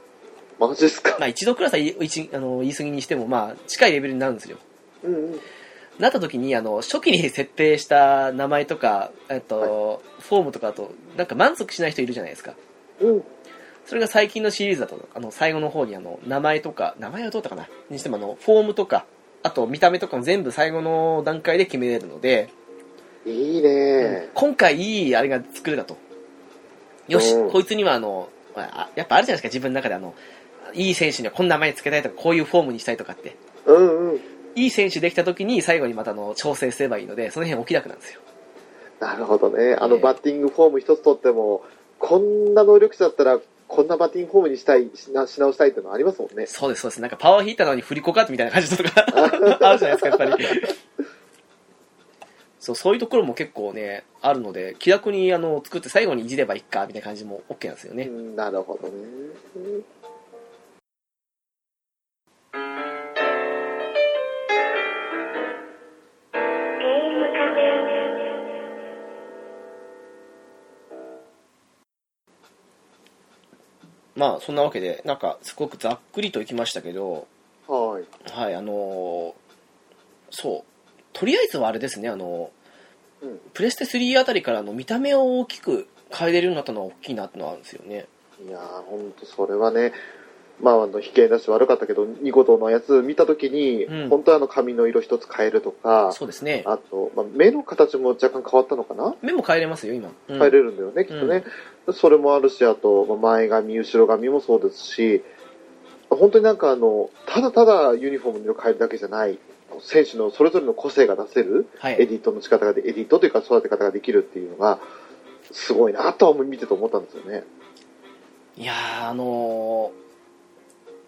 [SPEAKER 2] マジっすか。
[SPEAKER 1] まあ、一度クラスは言い一あの言い過ぎにしても、まあ、近いレベルになるんですよ
[SPEAKER 2] うんうん。
[SPEAKER 1] なった時にあの初期に設定した名前とか、えっとフォームとかだとなんか満足しない人いるじゃないですか
[SPEAKER 2] うん。
[SPEAKER 1] それが最近のシリーズだと、あの、最後の方にあの、名前とか、名前はどうだったかなにしてもあの、フォームとか、あと見た目とかも全部最後の段階で決めれるので、
[SPEAKER 2] いいね
[SPEAKER 1] 今回いいあれが作れたと。よし
[SPEAKER 2] うん、
[SPEAKER 1] こいつにはあの、まあやっぱあるじゃないですか、自分の中であの、いい選手にはこんな名前つけたいとか、こういうフォームにしたいとかって。
[SPEAKER 2] うんうん。
[SPEAKER 1] いい選手できた時に最後にまたあの、調整すればいいので、その辺お気楽なんですよ。
[SPEAKER 2] なるほどね。あ
[SPEAKER 1] え
[SPEAKER 2] の、
[SPEAKER 1] え
[SPEAKER 2] バッティングフォーム一つとっても、こんな能力者だったら、こんなバッティングフォームにしたい、しなし直したいっていうのはありますもんね。
[SPEAKER 1] そうです、そうです。なんかパワーヒーターなのに振り子かみたいな感じとか あるじゃないですか、やっぱり。そう、そういうところも結構ね、あるので、気楽にあの作って最後にいじればいいか、みたいな感じも OK なんですよ
[SPEAKER 2] う
[SPEAKER 1] ね。
[SPEAKER 2] んなるほどね。
[SPEAKER 3] ゲームカフェオレ
[SPEAKER 1] まあそんなわけでなんかすごくざっくりといきましたけど
[SPEAKER 2] はい。
[SPEAKER 1] はいあのーそうとりあえずはあれですねあのー
[SPEAKER 2] うん
[SPEAKER 1] プレステ3あたりからの見た目を大きく変えれるようになったのは大きいなってのはあるんですよね
[SPEAKER 2] いやー、ほんとそれはね、まあ、あの、飛型だし悪かったけど、ニコ動のやつ見たときに、
[SPEAKER 1] うん
[SPEAKER 2] 本当はあの、髪の色一つ変えるとか、
[SPEAKER 1] そうですね
[SPEAKER 2] あと、まあ、目の形も若干変わったのかな
[SPEAKER 1] 目も変えれますよ今、うん
[SPEAKER 2] 変えれるんだよね、きっとね。それもあるし、あと、まあ前髪、後ろ髪もそうですし、本当になんかあの、ただただユニフォームの色変えるだけじゃない、選手のそれぞれの個性が出せる、
[SPEAKER 1] はい
[SPEAKER 2] エディットの仕方がで、エディットというか育て方ができるっていうのが、すごいなとは思い見てて思ったんですよね。
[SPEAKER 1] いやーあのー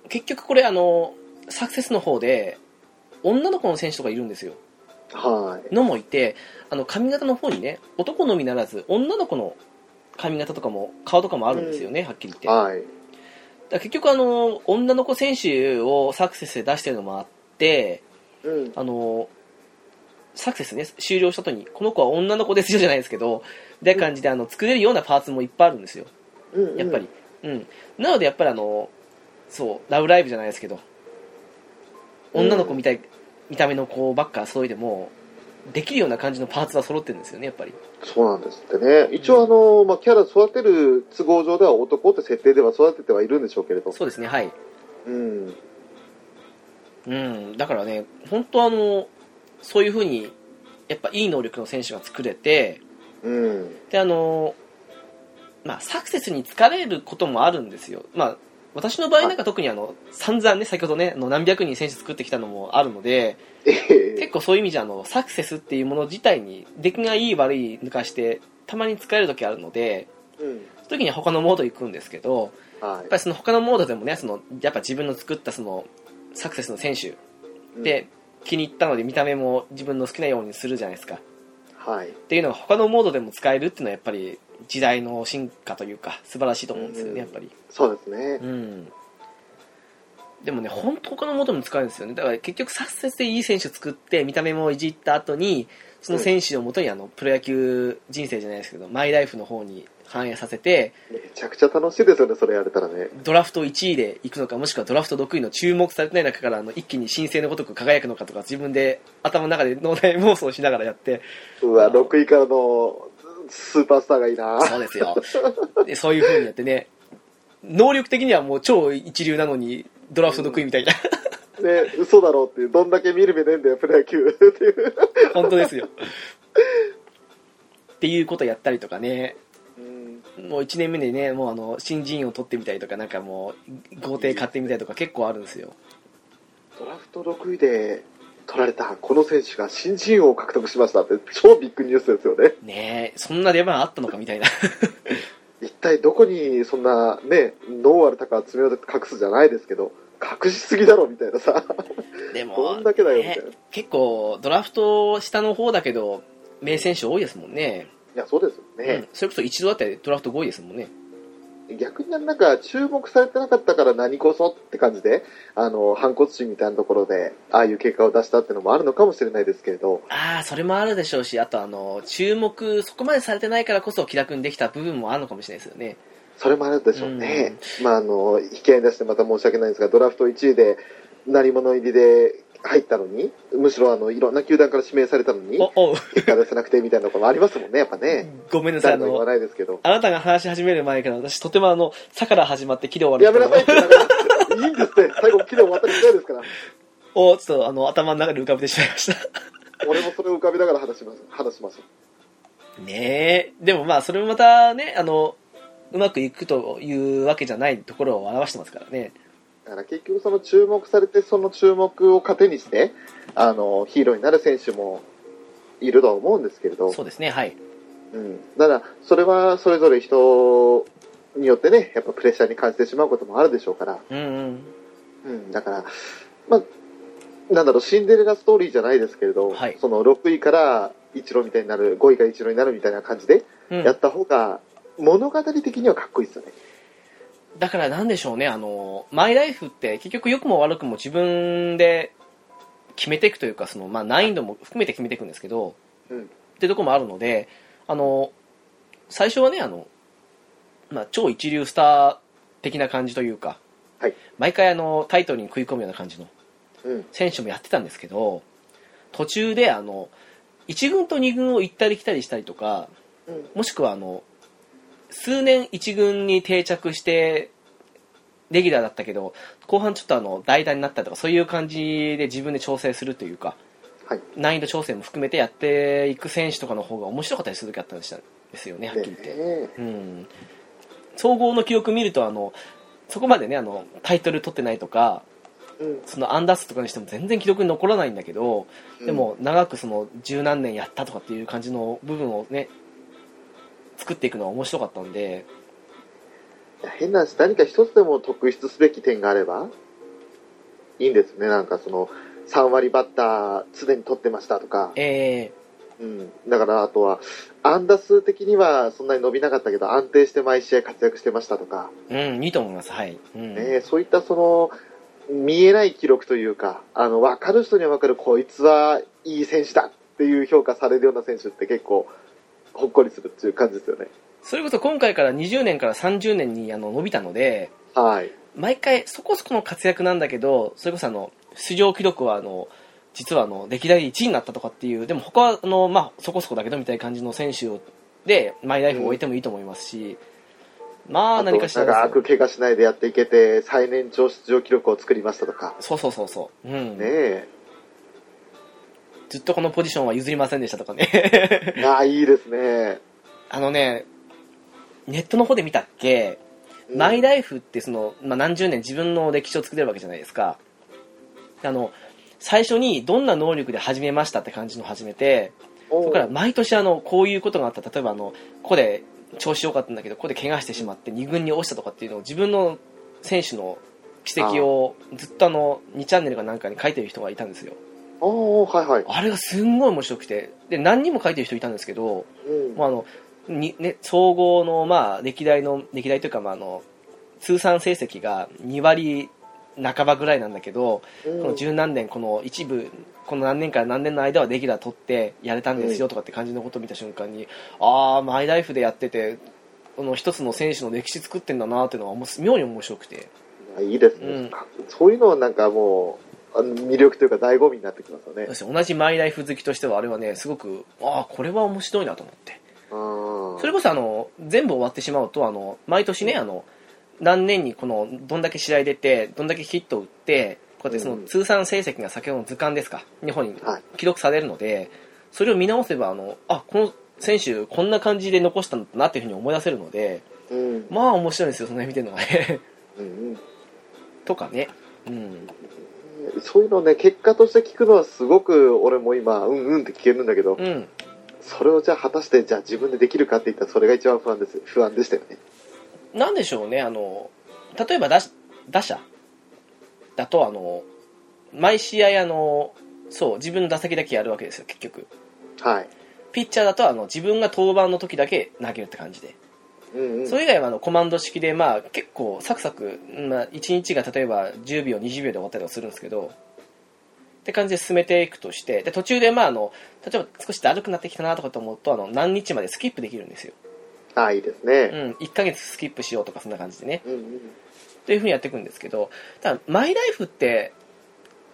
[SPEAKER 1] 結局これあのーサクセスの方で女の子の選手とかいるんですよ
[SPEAKER 2] はい。
[SPEAKER 1] のもいてあの髪型の方にね男のみならず女の子の髪型とかも顔とかもあるんですよね、はっきり言ってだか
[SPEAKER 2] はい。
[SPEAKER 1] ら結局あのー女の子選手をサクセスで出してるのもあって
[SPEAKER 2] うん。
[SPEAKER 1] あのーサクセスね終了した後にこの子は女の子ですよじゃないですけどみたいな感じであの作れるようなパーツもいっぱいあるんですよ
[SPEAKER 2] うんうん
[SPEAKER 1] やっぱり。、うんなのでやっぱりあのそう「ラブライブ!」じゃないですけど女の子みたい、見た目の子ばっか揃えてもできるような感じのパーツは揃ってるんですよねやっぱり
[SPEAKER 2] そうなんですってね。一応あの、まあ、キャラ育てる都合上では男って設定では育ててはいるんでしょうけれど。
[SPEAKER 1] そうですねはい、
[SPEAKER 2] うん。
[SPEAKER 1] うん、だからね本当あのそういうふうにやっぱいい能力の選手が作れて
[SPEAKER 2] うん。
[SPEAKER 1] であのまあサクセスに疲れることもあるんですよまあ私の場合なんか特にあの散々ね先ほどねあの何百人選手作ってきたのもあるので、
[SPEAKER 2] ええ
[SPEAKER 1] 結構そういう意味じゃあのサクセスっていうもの自体に出来がいい悪い抜かしてたまに使える時あるので
[SPEAKER 2] うん。
[SPEAKER 1] その時には他のモード行くんですけど
[SPEAKER 2] は
[SPEAKER 1] やっぱりその他のモードでもねそのやっぱ自分の作ったそのサクセスの選手
[SPEAKER 2] い。
[SPEAKER 1] で気に入ったので見た目も自分の好きなようにするじゃないですかっ
[SPEAKER 2] うん、はい。
[SPEAKER 1] ていうのが他のモードでも使えるっていうのはやっぱり時代の進化というか素晴らしいと思うんですよねやっぱり
[SPEAKER 2] そうですね
[SPEAKER 1] う。んでもね本当他のモードも使えるんですよねだから結局殺接でいい選手作って見た目もいじった後にその選手をもとにあのプロ野球人生じゃないですけどマイライフの方に反映させて
[SPEAKER 2] めちゃくちゃ楽しいですよね、それやれたらね。
[SPEAKER 1] ドラフト1位で行くのかもしくはドラフト6位の注目されてない中からあの一気に新星のごとく輝くのかとか自分で頭の中で脳内妄想しながらやって
[SPEAKER 2] うわ、
[SPEAKER 1] あの
[SPEAKER 2] 6位からのスーパースターがいいな。
[SPEAKER 1] そうですよでそういう風にやってね能力的にはもう超一流なのにドラフト6位みたいな
[SPEAKER 2] ね、嘘だろうっていう、どんだけ見る目ねえんだよ、プロ野球っていう。
[SPEAKER 1] 本当ですよ。っていうことやったりとかね、
[SPEAKER 2] うん、
[SPEAKER 1] もう1年目でね、もうあの新人員を取ってみたりとか、なんかもう豪邸買ってみたりとか結構あるんですよ。
[SPEAKER 2] ドラフト6位で取られたこの選手が新人王を獲得しましたって、超ビッグニュースですよね。
[SPEAKER 1] ねえ、そんな出番あったのかみた いな。
[SPEAKER 2] 一体どこにそんな、ね、ノーアルタカ詰め寄って隠すじゃないですけど、隠しすぎだろみたいなさ。
[SPEAKER 1] でも、
[SPEAKER 2] どんだけだよみたいな
[SPEAKER 1] ね結構ドラフト下の方だけど、名選手多いですもんね。
[SPEAKER 2] いや、そうですよ
[SPEAKER 1] う
[SPEAKER 2] ね
[SPEAKER 1] ん。それこそ一度だってドラフト5位ですもんね。
[SPEAKER 2] 逆になんか注目されてなかったから何こそって感じで、あの、反骨心みたいなところで、ああいう結果を出したってのもあるのかもしれないですけれど、
[SPEAKER 1] ああ、それもあるでしょうし、あとあの、注目、そこまでされてないからこそ気楽にできた部分もあるのかもしれないですよね。
[SPEAKER 2] それもあるでしょうね。まあ、あの、引き合いに出してまた申し訳ないんですが、ドラフト1位で、何者入りで入ったのに、むしろあの、いろんな球団から指名されたのに、
[SPEAKER 1] お、おう、
[SPEAKER 2] 結果出せなくてみたいなところもありますもんね、やっぱね。
[SPEAKER 1] ごめんなさい、あ
[SPEAKER 2] 誰も言
[SPEAKER 1] の
[SPEAKER 2] わ、ないですけど。
[SPEAKER 1] あなたが話し始める前から私とてもあの、さから始まって木で終
[SPEAKER 2] や
[SPEAKER 1] わ
[SPEAKER 2] め
[SPEAKER 1] る
[SPEAKER 2] なさいって、いいんですって、最後、きれい終わったりしないですから。
[SPEAKER 1] をちょっとあの、頭の中で浮かべてしまいま した。
[SPEAKER 2] 俺もそれを浮かびながら話します。話します。
[SPEAKER 1] ねえ。でもまあ、それもまたね、あの、うまくいくというわけじゃないところを表してますからね。
[SPEAKER 2] だから結局その注目されてその注目を糧にしてあのヒーローになる選手もいるとは思うんですけれど
[SPEAKER 1] そうですね、はい。
[SPEAKER 2] うん、ただそれはそれぞれ人によってねやっぱプレッシャーに感じてしまうこともあるでしょうから、
[SPEAKER 1] うん
[SPEAKER 2] うん、だから、まあ、なんだろうシンデレラストーリーじゃないですけれど、
[SPEAKER 1] はい
[SPEAKER 2] その6位から一郎みたいになる5位から一郎になるみたいな感じで
[SPEAKER 1] うん。う
[SPEAKER 2] や
[SPEAKER 1] ん
[SPEAKER 2] っ、た方が物語的にはかっこいいですよね。
[SPEAKER 1] だからなんでしょうね、あの、マイライフって結局良くも悪くも自分で決めていくというか、その、まあ難易度も含めて決めていくんですけど、
[SPEAKER 2] うん
[SPEAKER 1] ってとこもあるのであの最初はねあの、まあ、超一流スター的な感じというか、
[SPEAKER 2] はい
[SPEAKER 1] 毎回あのタイトルに食い込むような感じの
[SPEAKER 2] うん
[SPEAKER 1] 選手もやってたんですけど途中であの1軍と2軍を行ったり来たりしたりとか
[SPEAKER 2] うん
[SPEAKER 1] もしくはあの数年1軍に定着してレギュラーだったけど後半ちょっとあの代打になったとかそういう感じで自分で調整するというか
[SPEAKER 2] はい
[SPEAKER 1] 難易度調整も含めてやっていく選手とかの方が面白かったりする時あったんですよねはっきり言って。
[SPEAKER 2] ね
[SPEAKER 1] うん、総合の記録見るとあのそこまでねあのタイトル取ってないとか
[SPEAKER 2] うん
[SPEAKER 1] そのアンダースとかにしても全然記録に残らないんだけどでも長くその十何年やったとかっていう感じの部分をね作っていくのは面白かったんで
[SPEAKER 2] いや変な話何か一つでも特筆すべき点があればいいんですねなんかその3割バッター常に取ってましたとか、
[SPEAKER 1] え
[SPEAKER 2] うん、だからあとは安打数的にはそんなに伸びなかったけど安定して毎試合活躍してましたとか、
[SPEAKER 1] ー、うんいいと思いますはい、うん
[SPEAKER 2] ね、そういったその見えない記録というかあの分かる人には分かるこいつはいい選手だっていう評価されるような選手って結構ほっこりするっていう感じですよね。
[SPEAKER 1] それこそ今回から20年から30年にあの伸びたので
[SPEAKER 2] はい、
[SPEAKER 1] 毎回そこそこの活躍なんだけどそれこそあの出場記録はあの実はあの歴代1位になったとかっていうでも他はあの、まあ、そこそこだけどみたいな感じの選手をでマイライフを置いてもいいと思いますし、まあ
[SPEAKER 2] あと
[SPEAKER 1] 何かしら
[SPEAKER 2] 長
[SPEAKER 1] ですよ
[SPEAKER 2] く怪我しないでやっていけて最年長出場記録を作りましたとか、
[SPEAKER 1] そうそうそうそう、うん
[SPEAKER 2] ねえ
[SPEAKER 1] ずっとこのポジションは譲りませんでしたとかね
[SPEAKER 2] ああいいですね、
[SPEAKER 1] あのねネットの方で見たっけ、
[SPEAKER 2] うん
[SPEAKER 1] マイライフってその、まあ、何十年自分の歴史を作れるわけじゃないですかあの最初にどんな能力で始めましたって感じの始めて
[SPEAKER 2] おう
[SPEAKER 1] そこから毎年あのこういうことがあった例えばあのここで調子良かったんだけどここで怪我してしまって2軍に落ちたとかっていうのを自分の選手の軌跡をずっとあの2チャンネルかなんかに書いてる人がいたんですよ
[SPEAKER 2] おうはいはい、
[SPEAKER 1] あれがすんごい面白くてで何人も書いてる人いたんですけど、
[SPEAKER 2] うん
[SPEAKER 1] まああのにね、総合のまあ歴代の歴代というかまああの通算成績が2割半ばぐらいなんだけど、
[SPEAKER 2] うん
[SPEAKER 1] この十何年この一部この何年から何年の間はレギュラー取ってやれたんですよとかって感じのことを見た瞬間に、ああマイライフでやっててこの一つの選手の歴史作ってんだなっていうのはもう妙に面白くて
[SPEAKER 2] いいですね、
[SPEAKER 1] うん
[SPEAKER 2] そういうのはなんかもうあの魅力というか醍醐味になってきますよね
[SPEAKER 1] 私同じマイライフ好きとしてはあれはねすごくああこれは面白いなと思って
[SPEAKER 2] うん
[SPEAKER 1] それこそあの全部終わってしまうとあの毎年ねあの何年にこのどんだけ試合出てどんだけヒット打ってこうやってその
[SPEAKER 2] うん
[SPEAKER 1] 通算成績が先ほどの図鑑ですか日本に
[SPEAKER 2] はい
[SPEAKER 1] 記録されるのでそれを見直せばあのあこの選手こんな感じで残したんだなっていうふうに思い出せるので
[SPEAKER 2] うん
[SPEAKER 1] まあ面白いんですよその辺見てるのがね
[SPEAKER 2] うん
[SPEAKER 1] とかねうん
[SPEAKER 2] うんそういうのね結果として聞くのはすごく俺も今うんうんって聞けるんだけど、
[SPEAKER 1] うん
[SPEAKER 2] それをじゃあ果たしてじゃあ自分でできるかって言ったらそれが一番不安です不安でしたよね
[SPEAKER 1] なんでしょうねあの例えば打者打者だとあの毎試合あのそう自分の打席だけやるわけですよ結局
[SPEAKER 2] はい
[SPEAKER 1] ピッチャーだとあの自分が登板の時だけ投げるって感じで、
[SPEAKER 2] うんうん
[SPEAKER 1] それ以外はあのコマンド式で、まあ、結構サクサク、まあ、1日が例えば10秒20秒で終わったりはするんですけどって感じで進めていくとしてで途中で、まあ、あの例えば少しだるくなってきたなとかと思うとあの何日までスキップできるんですよ、
[SPEAKER 2] ああいいです
[SPEAKER 1] う
[SPEAKER 2] ね、
[SPEAKER 1] ん、1ヶ月スキップしようとかそんな感じでね
[SPEAKER 2] うんうん
[SPEAKER 1] というふうにやっていくんですけどただマイライフって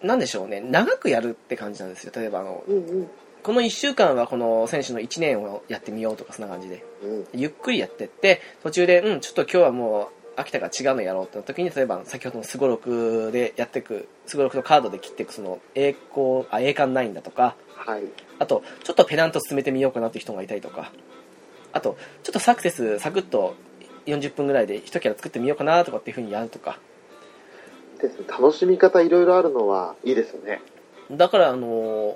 [SPEAKER 1] なんでしょうね長くやるって感じなんですよ例えばあの
[SPEAKER 2] うんうん
[SPEAKER 1] この1週間はこの選手の1年をやってみようとかそんな感じで
[SPEAKER 2] うん
[SPEAKER 1] ゆっくりやってって途中でうんちょっと今日はもう飽きたから違うのやろうってなった時に例えば先ほどのすごろくでやっていくすごろくのカードで切っていくその栄光あ栄冠ナインだとか
[SPEAKER 2] はい
[SPEAKER 1] あとちょっとペナント進めてみようかなって人がいたりとかあとちょっとサクセスサクッと40分ぐらいで一キャラ作ってみようかなとかっていう風にやるとか
[SPEAKER 2] ですね楽しみ方いろいろあるのはいいですよね
[SPEAKER 1] だからあのー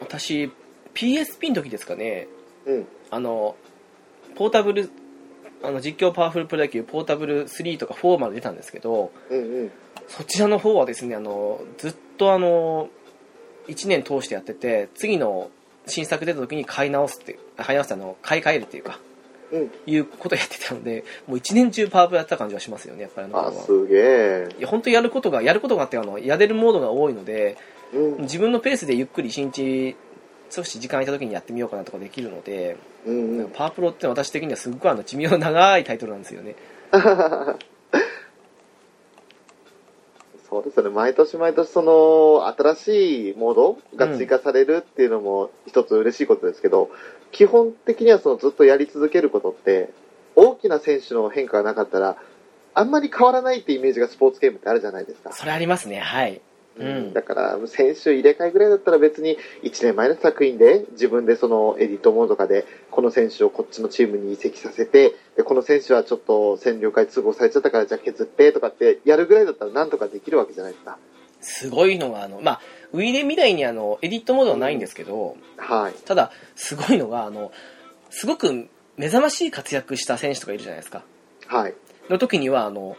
[SPEAKER 1] 私 PSP の時ですかね
[SPEAKER 2] うん
[SPEAKER 1] あのポータブルあの実況パワフルプロ野球ポータブル3とか4まで出たんですけど
[SPEAKER 2] うんうん
[SPEAKER 1] そちらの方はですねあのずっとあの1年通してやってて次の新作出た時に買い直すってあ買い直すってあの買い替えるっていうか
[SPEAKER 2] うん
[SPEAKER 1] いうことをやってたのでもう1年中パワープロやってた感じはしますよねやっぱりあの
[SPEAKER 2] あ
[SPEAKER 1] 頃は
[SPEAKER 2] すげえ
[SPEAKER 1] いや本当やることがやることがあってあのやれるモードが多いので
[SPEAKER 2] うん
[SPEAKER 1] 自分のペースでゆっくり1日少し時間空いた時にやってみようかなとかできるので
[SPEAKER 2] うんうん
[SPEAKER 1] パワープロって私的にはすっごいあの地味の長いタイトルなんですよね
[SPEAKER 2] そうですよね。毎年毎年、その、新しいモードが追加されるっていうのも一つ嬉しいことですけど、基本的にはそのずっとやり続けることって、大きな選手の変化がなかったら、あんまり変わらないってイメージがスポーツゲームってあるじゃないですか。
[SPEAKER 1] それありますねはいうん
[SPEAKER 2] だから、選手入れ替えぐらいだったら別に1年前の作品で自分でそのエディットモードとかでこの選手をこっちのチームに移籍させて、でこの選手はちょっと戦力外通報されちゃったからじゃあ削ってとかってやるぐらいだったらなんとかできるわけじゃないですか。
[SPEAKER 1] すごいのがあのまあウィーレみたいにあのエディットモードはないんですけど、
[SPEAKER 2] はい。
[SPEAKER 1] ただすごいのがあのすごく目覚ましい活躍した選手とかいるじゃないですか
[SPEAKER 2] はい。
[SPEAKER 1] の時にはあの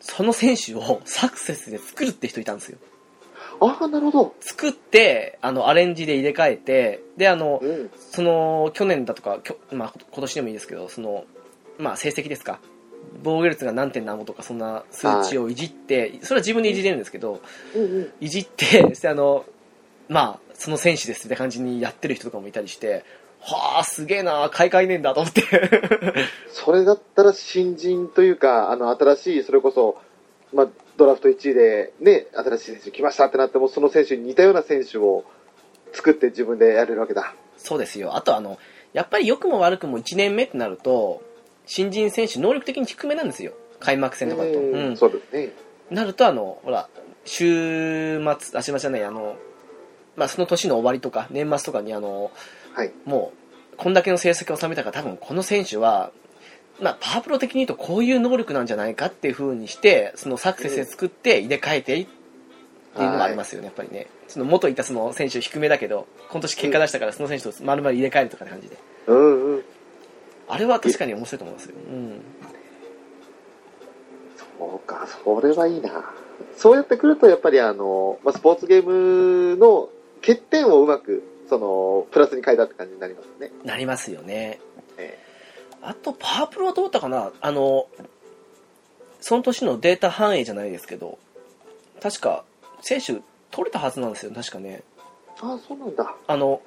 [SPEAKER 1] その選手を サクセスで作るって人いたんですよ
[SPEAKER 2] ああ、なるほど。
[SPEAKER 1] 作ってあのアレンジで入れ替えてであの
[SPEAKER 2] うん。
[SPEAKER 1] その去年だとかきょ、まあ、こ今年でもいいですけどその、まあ、成績ですか防御率が何点何もとかそんな数値をいじって、それは自分でいじれるんですけど
[SPEAKER 2] うんうん。
[SPEAKER 1] いじって してあの、まあ、その選手ですって感じにやってる人とかもいたりしてはあすげえな買い替えねえんだと思って
[SPEAKER 2] それだったら新人というか、あの、新しい、それこそ、まあ、ドラフト1位で、ね、新しい選手来ましたってなっても、その選手に似たような選手を作って自分でやれるわけだ。
[SPEAKER 1] そうですよあとあのやっぱり良くも悪くも1年目ってなると新人選手能力的に低めなんですよ開幕戦とかだと。
[SPEAKER 2] う、
[SPEAKER 1] うんん
[SPEAKER 2] そうですね。
[SPEAKER 1] なるとあのほら週末あ週末じゃないあの、まあ、その年の終わりとか年末とかにあの
[SPEAKER 2] はい。
[SPEAKER 1] もうこんだけの成績を収めたから多分この選手は、まあ、パワープロ的に言うとこういう能力なんじゃないかっていう風にしてそのサクセスで作って入れ替えてっていうのがありますよね、やっぱりねその元いたその選手低めだけど今年結果出したからその選手と丸々入れ替えるとかって感じで
[SPEAKER 2] うんうん。
[SPEAKER 1] あれは確かに面白いと思いますよ、うん、
[SPEAKER 2] そうか、それはいいな。そうやってくると、やっぱりあの、まあ、スポーツゲームの欠点をうまく、その、プラスに変えたって感じになりますね。
[SPEAKER 1] なりますよね
[SPEAKER 2] え
[SPEAKER 1] あと、パープルはどうだったかなあの、その年のデータ反映じゃないですけど、確か、選手取れたはずなんですよ、確かね。
[SPEAKER 2] ああ、そうなんだ。
[SPEAKER 1] あの、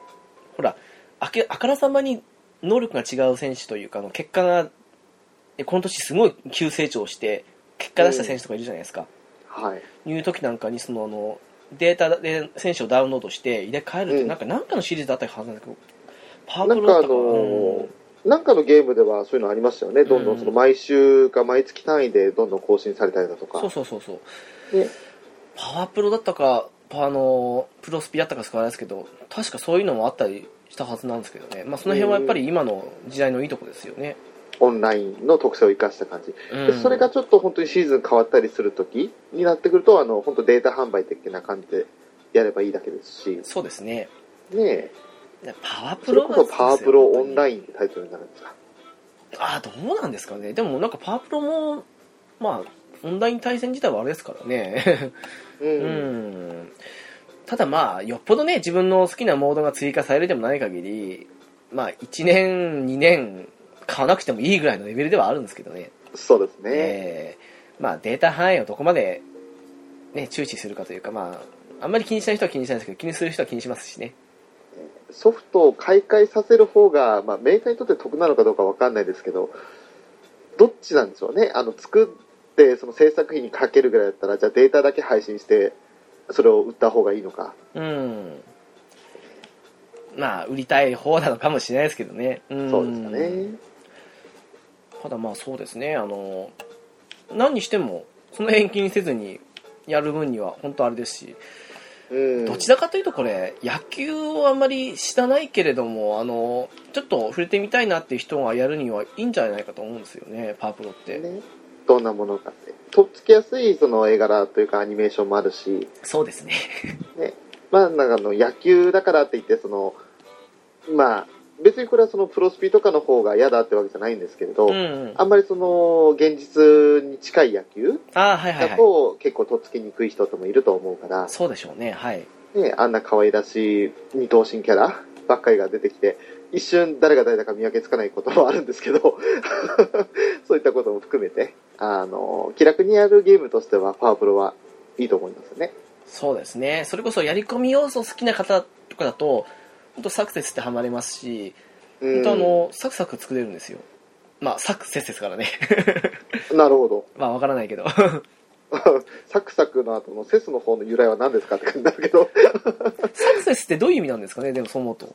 [SPEAKER 1] ほら、あけ、あからさまに能力が違う選手というか、あの、結果が、えこの年すごい急成長して、結果出した選手とかいるじゃないですか。
[SPEAKER 2] はい。
[SPEAKER 1] いう時なんかに、その、あの、データで選手をダウンロードして入れ替えるって、
[SPEAKER 2] うん
[SPEAKER 1] なんか、なんかのシリーズだったはずなんですけど、パー
[SPEAKER 2] な
[SPEAKER 1] プ
[SPEAKER 2] ん
[SPEAKER 1] ル
[SPEAKER 2] か
[SPEAKER 1] だ
[SPEAKER 2] あ
[SPEAKER 1] った
[SPEAKER 2] の
[SPEAKER 1] かな
[SPEAKER 2] ーなんかのゲームではそういうのありましたよね。どんどんその
[SPEAKER 1] うん
[SPEAKER 2] 毎週か毎月単位でどんどん更新されたりだとか。
[SPEAKER 1] そうそうそうそう。
[SPEAKER 2] ね
[SPEAKER 1] パワープロだったかパあのプロスピだったかしかあれですけど確かそういうのもあったりしたはずなんですけどね、まあ、その辺はやっぱり今の時代のいいとこですよね、
[SPEAKER 2] オンラインの特性を生かした感じ。
[SPEAKER 1] う
[SPEAKER 2] で
[SPEAKER 1] ん
[SPEAKER 2] それがちょっと本当にシーズン変わったりするときになってくると、あの、本当データ販売的な感じでやればいいだけですし、
[SPEAKER 1] そうですね
[SPEAKER 2] ねえ、
[SPEAKER 1] パワープ
[SPEAKER 2] それ
[SPEAKER 1] ロ
[SPEAKER 2] こそパワープロオンラ
[SPEAKER 1] ン
[SPEAKER 2] インってタイトルになるんですか。
[SPEAKER 1] ああどうなんですかねでもなんかパワープロもまあオンライン対戦自体はあれですからね
[SPEAKER 2] う
[SPEAKER 1] うん、ただまあよっぽどね自分の好きなモードが追加されるでもない限りまあ1年2年買わなくてもいいぐらいのレベルではあるんですけどね
[SPEAKER 2] そうですね。
[SPEAKER 1] えーまあ、データ範囲をどこまで、ね、注視するかというか、まあ、あんまり気にしない人は気にしないですけど気にする人は気にしますしね
[SPEAKER 2] ソフトを買い替えさせる方が、まあ、メーカーにとって得なのかどうかわかんないですけど、どっちなんでしょうね。あの、作って、その制作費にかけるぐらいだったら、じゃあデータだけ配信して、それを売った方がいいのか。
[SPEAKER 1] うんまあ売りたい方なのかもしれないですけどねん
[SPEAKER 2] そうですかね。
[SPEAKER 1] ただまあそうですねあの何にしてもその辺気にせずにやる分には本当あれですし、
[SPEAKER 2] うん。
[SPEAKER 1] どちらかというとこれ野球をあんまり知らないけれどもあのちょっと触れてみたいなっていう人がやるにはいいんじゃないかと思うんですよねパープロって、
[SPEAKER 2] ね。どんなものかって。とっつきやすい、その絵柄というかアニメーションもあるし、
[SPEAKER 1] そうですね
[SPEAKER 2] ね。まあ、なんかあの、野球だからって言って、その、まあ、別にこれはそのプロスピとかの方が嫌だってわけじゃないんですけれど、
[SPEAKER 1] うん、
[SPEAKER 2] あんまりその、現実に近い野球
[SPEAKER 1] あーはいはい
[SPEAKER 2] だ
[SPEAKER 1] はい
[SPEAKER 2] と結構とっつきにくい人ともいると思うから、
[SPEAKER 1] そうでしょうねはい
[SPEAKER 2] ね、あんな可愛らしい二等身キャラばっかりが出てきて、一瞬誰が誰だか見分けつかないこともあるんですけど、 そういったことも含めて、あの、気楽にやるゲームとしてはパワープロはいいと思いますよね。
[SPEAKER 1] そうですねそれこそやり込み要素好きな方とかだと本当サクセスってハマれますし
[SPEAKER 2] う
[SPEAKER 1] 本
[SPEAKER 2] ん
[SPEAKER 1] 当あのサクサク作れるんですよまあサクセスですからね
[SPEAKER 2] なるほど。
[SPEAKER 1] まあわからないけど
[SPEAKER 2] サクサクの後のセスの方の由来は何ですかって感じになるけど、
[SPEAKER 1] サクセスってどういう意味なんですかねでもそう思うと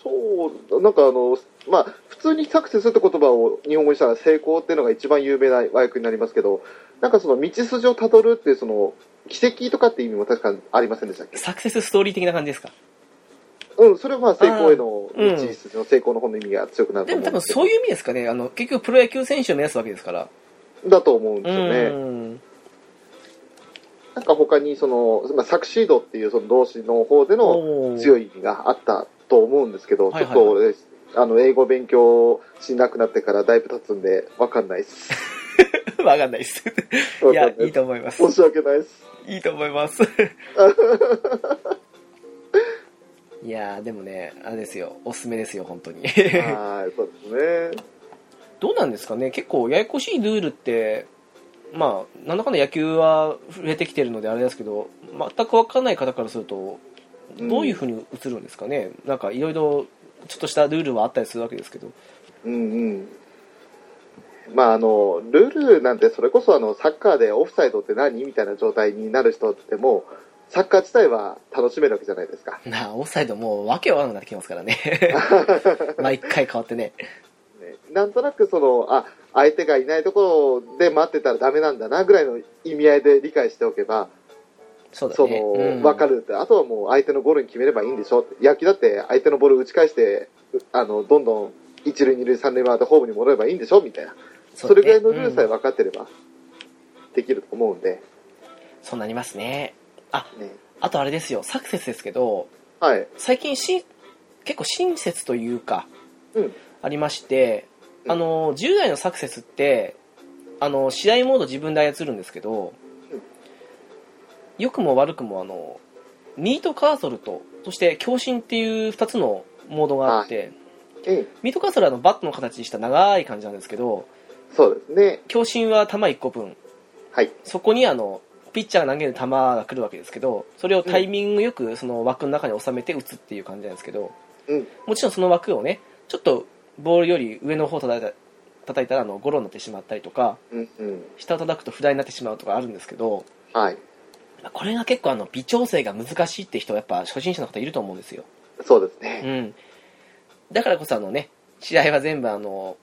[SPEAKER 2] そう、なんかあの、まあ、普通にサクセスって言葉を日本語にしたら成功っていうのが一番有名な和訳になりますけど、なんかその道筋をたどるっていうその、奇跡とかって意味も確かありませんでしたっけ
[SPEAKER 1] サクセスストーリー的な感じですか
[SPEAKER 2] うん、それはまあ成功への
[SPEAKER 1] あーうん
[SPEAKER 2] 道筋の成功の方の意味が強くなると
[SPEAKER 1] でも多
[SPEAKER 2] 思うんで
[SPEAKER 1] 分
[SPEAKER 2] すけ
[SPEAKER 1] そういう意味ですかねあの結局プロ野球選手を目指すわけですから
[SPEAKER 2] ど、だと思うんですよね。
[SPEAKER 1] ん
[SPEAKER 2] なんか他にその、まあ、サクシードっていうその動詞の方での
[SPEAKER 1] おー
[SPEAKER 2] 強い意味があったと思うんですけど、
[SPEAKER 1] はいはい
[SPEAKER 2] ちょっと俺あの英語勉強しなくなってからだいぶ経つんでわかんないです。
[SPEAKER 1] わかんないです。い
[SPEAKER 2] わかんな
[SPEAKER 1] や、
[SPEAKER 2] いです
[SPEAKER 1] いいと思います。
[SPEAKER 2] 申し訳ないです。
[SPEAKER 1] いいと思い ます。いやー、でもね、あれですよ、おすすめですよ、本当に。
[SPEAKER 2] はい、そうですね。
[SPEAKER 1] どうなんですかね、結構ややこしいルールって、まあ、なんだかんだ野球は触れてきてるのであれですけど、全くわかんない方からすると、
[SPEAKER 2] うん
[SPEAKER 1] どういうふうに映るんですかね、なんかいろいろ、ちょっとしたルールはあったりするわけですけど、
[SPEAKER 2] うんうん。まああの、ルールなんてそれこそあのサッカーでオフサイドって何みたいな状態になる人ってもうサッカー自体は楽しめるわけじゃないですか。
[SPEAKER 1] なあ、オフサイドもうわけわからなくなってきますから ね。毎回変わってね。
[SPEAKER 2] ねなんとなくその、あ、相手がいないところで待ってたらダメなんだなぐらいの意味合いで理解しておけば、
[SPEAKER 1] そうだ
[SPEAKER 2] そ
[SPEAKER 1] ね。
[SPEAKER 2] の、
[SPEAKER 1] うん
[SPEAKER 2] わかるって、あとはもう相手のボールに決めればいいんでしょって野球だって相手のボール打ち返して、うあの、どんどん一塁二塁三塁回ってホームに戻ればいいんでしょみたいな。
[SPEAKER 1] そ
[SPEAKER 2] そう
[SPEAKER 1] だね
[SPEAKER 2] れぐらいのルールさ
[SPEAKER 1] う
[SPEAKER 2] え
[SPEAKER 1] ん
[SPEAKER 2] 分かってれば、できると思うんで、
[SPEAKER 1] そうなりますね。あ、
[SPEAKER 2] ね。
[SPEAKER 1] あとあれですよ、サクセスですけど、
[SPEAKER 2] はい。
[SPEAKER 1] 最近しん、結構親切というか、
[SPEAKER 2] うん。
[SPEAKER 1] ありまして、
[SPEAKER 2] うん
[SPEAKER 1] あの、従来のサクセスって、あの、試合モード自分で操るんですけど
[SPEAKER 2] うん、
[SPEAKER 1] 良くも悪くも、あの、ミートカーソルと、そして強振っていう2つのモードがあって、
[SPEAKER 2] うん。
[SPEAKER 1] ミートカーソルはあのバットの形にした長い感じなんですけど、
[SPEAKER 2] そうですね。
[SPEAKER 1] 強振は球1個分、
[SPEAKER 2] はい。
[SPEAKER 1] そこにあのピッチャーが投げる球が来るわけですけどそれをタイミングよくその枠の中に収めて打つっていう感じなんですけど
[SPEAKER 2] うん。
[SPEAKER 1] もちろんその枠をねちょっとボールより上の方を叩いた叩いたらあのゴロになってしまったりとか
[SPEAKER 2] うん。うん。
[SPEAKER 1] 下を叩くとフライになってしまうとかあるんですけど
[SPEAKER 2] はい。
[SPEAKER 1] まあこれが結構あの微調整が難しいって人はやっぱ初心者の方いると思うんですよ、
[SPEAKER 2] そうです
[SPEAKER 1] う
[SPEAKER 2] ね。
[SPEAKER 1] ん、だからこそあのね試合は全部あの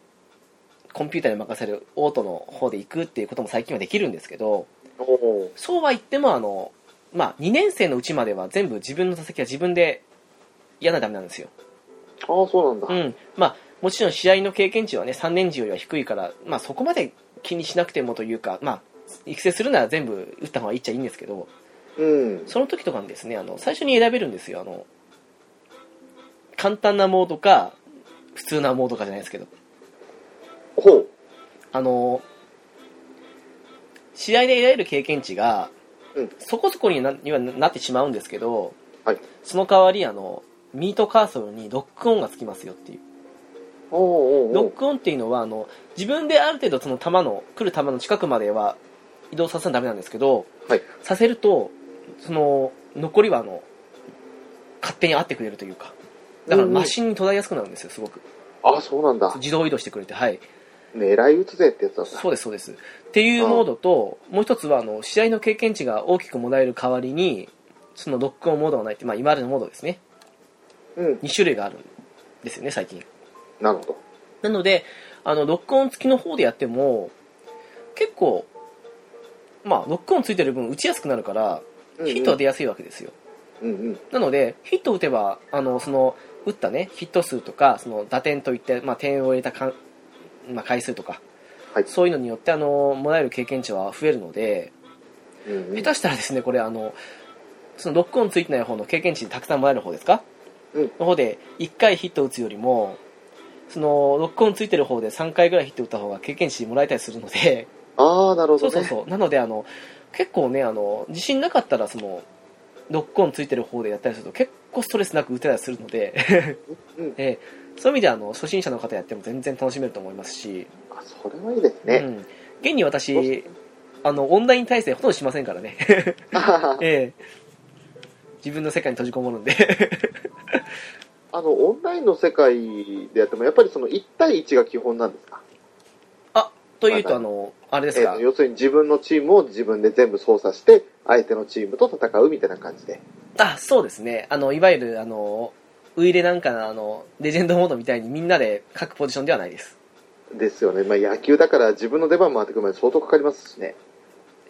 [SPEAKER 1] コンピューターに任せるオートの方で行くっていうことも最近はできるんですけど、
[SPEAKER 2] おお
[SPEAKER 1] そうは言ってもあの、まあ、2年生のうちまでは全部自分の座席は自分でやらなきゃダメなんですよ、
[SPEAKER 2] ああ、そうなんだ。
[SPEAKER 1] うんまあ、もちろん試合の経験値は、ね、3年次よりは低いから、まあ、そこまで気にしなくてもというか、まあ、育成するなら全部打った方がいいっちゃいいんですけど
[SPEAKER 2] うん。
[SPEAKER 1] その時とかにです、ね、あの最初に選べるんですよあの簡単なモードか普通なモードかじゃないですけど
[SPEAKER 2] ほう。
[SPEAKER 1] あの試合で得られる経験値が、
[SPEAKER 2] うん
[SPEAKER 1] そこそこになにはなってしまうんですけど、
[SPEAKER 2] はい
[SPEAKER 1] その代わりあのミートカーソルにロックオンがつきますよっていう、
[SPEAKER 2] おおお
[SPEAKER 1] ロ
[SPEAKER 2] お
[SPEAKER 1] ックオンっていうのはあの自分である程度その球の来る球の近くまでは移動させなダメなんですけど、
[SPEAKER 2] はい
[SPEAKER 1] させるとその残りはあの勝手に合ってくれるというかだからマシンに捉えやすくなるんですよすごく
[SPEAKER 2] ああ、そうなんだ。
[SPEAKER 1] 自動移動してくれてはい
[SPEAKER 2] 狙い撃つぜってやつなんだ。
[SPEAKER 1] そうです、そうです。っていうモードと、もう一つは、あの、試合の経験値が大きくもらえる代わりに、そのロックオンモードがないって、まあ今までのモードですね。
[SPEAKER 2] うん。
[SPEAKER 1] 2種類があるんですよね、最近。
[SPEAKER 2] なるほど。
[SPEAKER 1] なので、あの、ロックオン付きの方でやっても、結構、まあ、ロックオン付いてる分打ちやすくなるから、
[SPEAKER 2] うんうん
[SPEAKER 1] ヒットは出やすいわけですよ。
[SPEAKER 2] うんうん。
[SPEAKER 1] なので、ヒットを打てば、あの、その、打ったね、ヒット数とか、その、打点といって、まあ、点を入れたかん、まあ、回数とか、
[SPEAKER 2] はい
[SPEAKER 1] そういうのによって、あの、もらえる経験値は増えるので、
[SPEAKER 2] うんうん
[SPEAKER 1] 下手したらですね、これ、あの、そのロックオンついてない方の経験値たくさんもらえる方ですか、
[SPEAKER 2] うん
[SPEAKER 1] の方で、1回ヒット打つよりも、その、ロックオンついてる方で3回ぐらいヒット打った方が経験値もらえたりするので、
[SPEAKER 2] ああ、なるほ
[SPEAKER 1] そ
[SPEAKER 2] ど
[SPEAKER 1] うそう
[SPEAKER 2] ね。
[SPEAKER 1] そう。なので、あの、結構ね、あの、自信なかったら、その、ロックオンついてる方でやったりすると、結構ストレスなく打てたりするので、
[SPEAKER 2] うん
[SPEAKER 1] ええそういう意味では、あの、初心者の方やっても全然楽しめると思いますし、
[SPEAKER 2] あ、それはいいです
[SPEAKER 1] う
[SPEAKER 2] ね。
[SPEAKER 1] ん。現に私、あの、オンライン対戦ほとんどしませんからね。
[SPEAKER 2] あはは
[SPEAKER 1] ええ自分の世界に閉じこもるんで
[SPEAKER 2] あの、オンラインの世界でやっても、やっぱりその1対1が基本なんですか
[SPEAKER 1] あというと、
[SPEAKER 2] まあ
[SPEAKER 1] あの、あれで
[SPEAKER 2] え
[SPEAKER 1] すか
[SPEAKER 2] ー、要するに自分のチームを自分で全部操作して、相手のチームと戦うみたいな感じで。
[SPEAKER 1] あ、そうですね。あの、いわゆる、あの、ウイレなんかの、あの、レジェンドモードみたいにみんなで各ポジションではないです。
[SPEAKER 2] ですよね。まあ野球だから自分の出番回ってくるまで相当かかりますしね。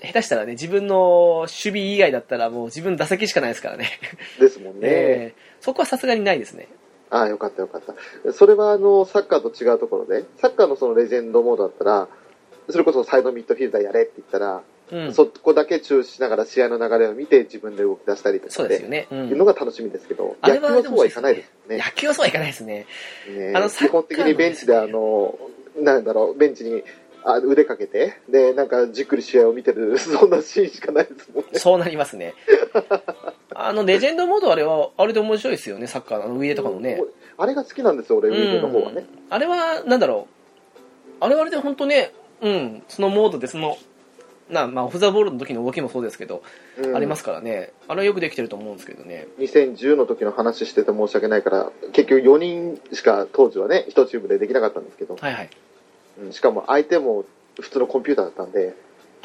[SPEAKER 1] 下手したらね、自分の守備以外だったらもう自分打席しかないですからね。
[SPEAKER 2] ですもんね。
[SPEAKER 1] えーそこはさすがにないですね。
[SPEAKER 2] ああ、よかったよかった。それはあの、サッカーと違うところで、サッカーのそのレジェンドモードだったら、それこそサイドミッドフィルダーやれって言ったら、
[SPEAKER 1] うん。そ
[SPEAKER 2] そこだけ注視しながら試合の流れを見て自分で動き出したりとか
[SPEAKER 1] うですよね。う
[SPEAKER 2] って
[SPEAKER 1] ん
[SPEAKER 2] いうの。が楽しみですけど、
[SPEAKER 1] あれ
[SPEAKER 2] 野球
[SPEAKER 1] は
[SPEAKER 2] はそうはいかないですね。
[SPEAKER 1] 野球はそうはいかないですね。
[SPEAKER 2] ね
[SPEAKER 1] あのサッカー
[SPEAKER 2] 基
[SPEAKER 1] の
[SPEAKER 2] 本的にベンチであの、なんだろう、ベンチにあ腕かけて、で、なんかじっくり試合を見てる、 そんなシーンしかないですもんね。
[SPEAKER 1] そうなりますね。あの、レジェンドモードあれは、あれで面白いですよね、サッカーのあのウイレとかのね。
[SPEAKER 2] あれが好きなんですよ、俺、ウィーレの方はね。
[SPEAKER 1] あれは、なんだろう。あれはあれで本当ね、うん、そのモードで、その、なまあ、オフ・ザ・ボールの時の動きもそうですけど、
[SPEAKER 2] うん
[SPEAKER 1] ありますからね。あれはよくできてると思うんですけどね。
[SPEAKER 2] 2010の時の話してて申し訳ないから、結局4人しか当時はね、1チームでできなかったんですけど、
[SPEAKER 1] はいはい。
[SPEAKER 2] うんしかも相手も普通のコンピューターだったんで、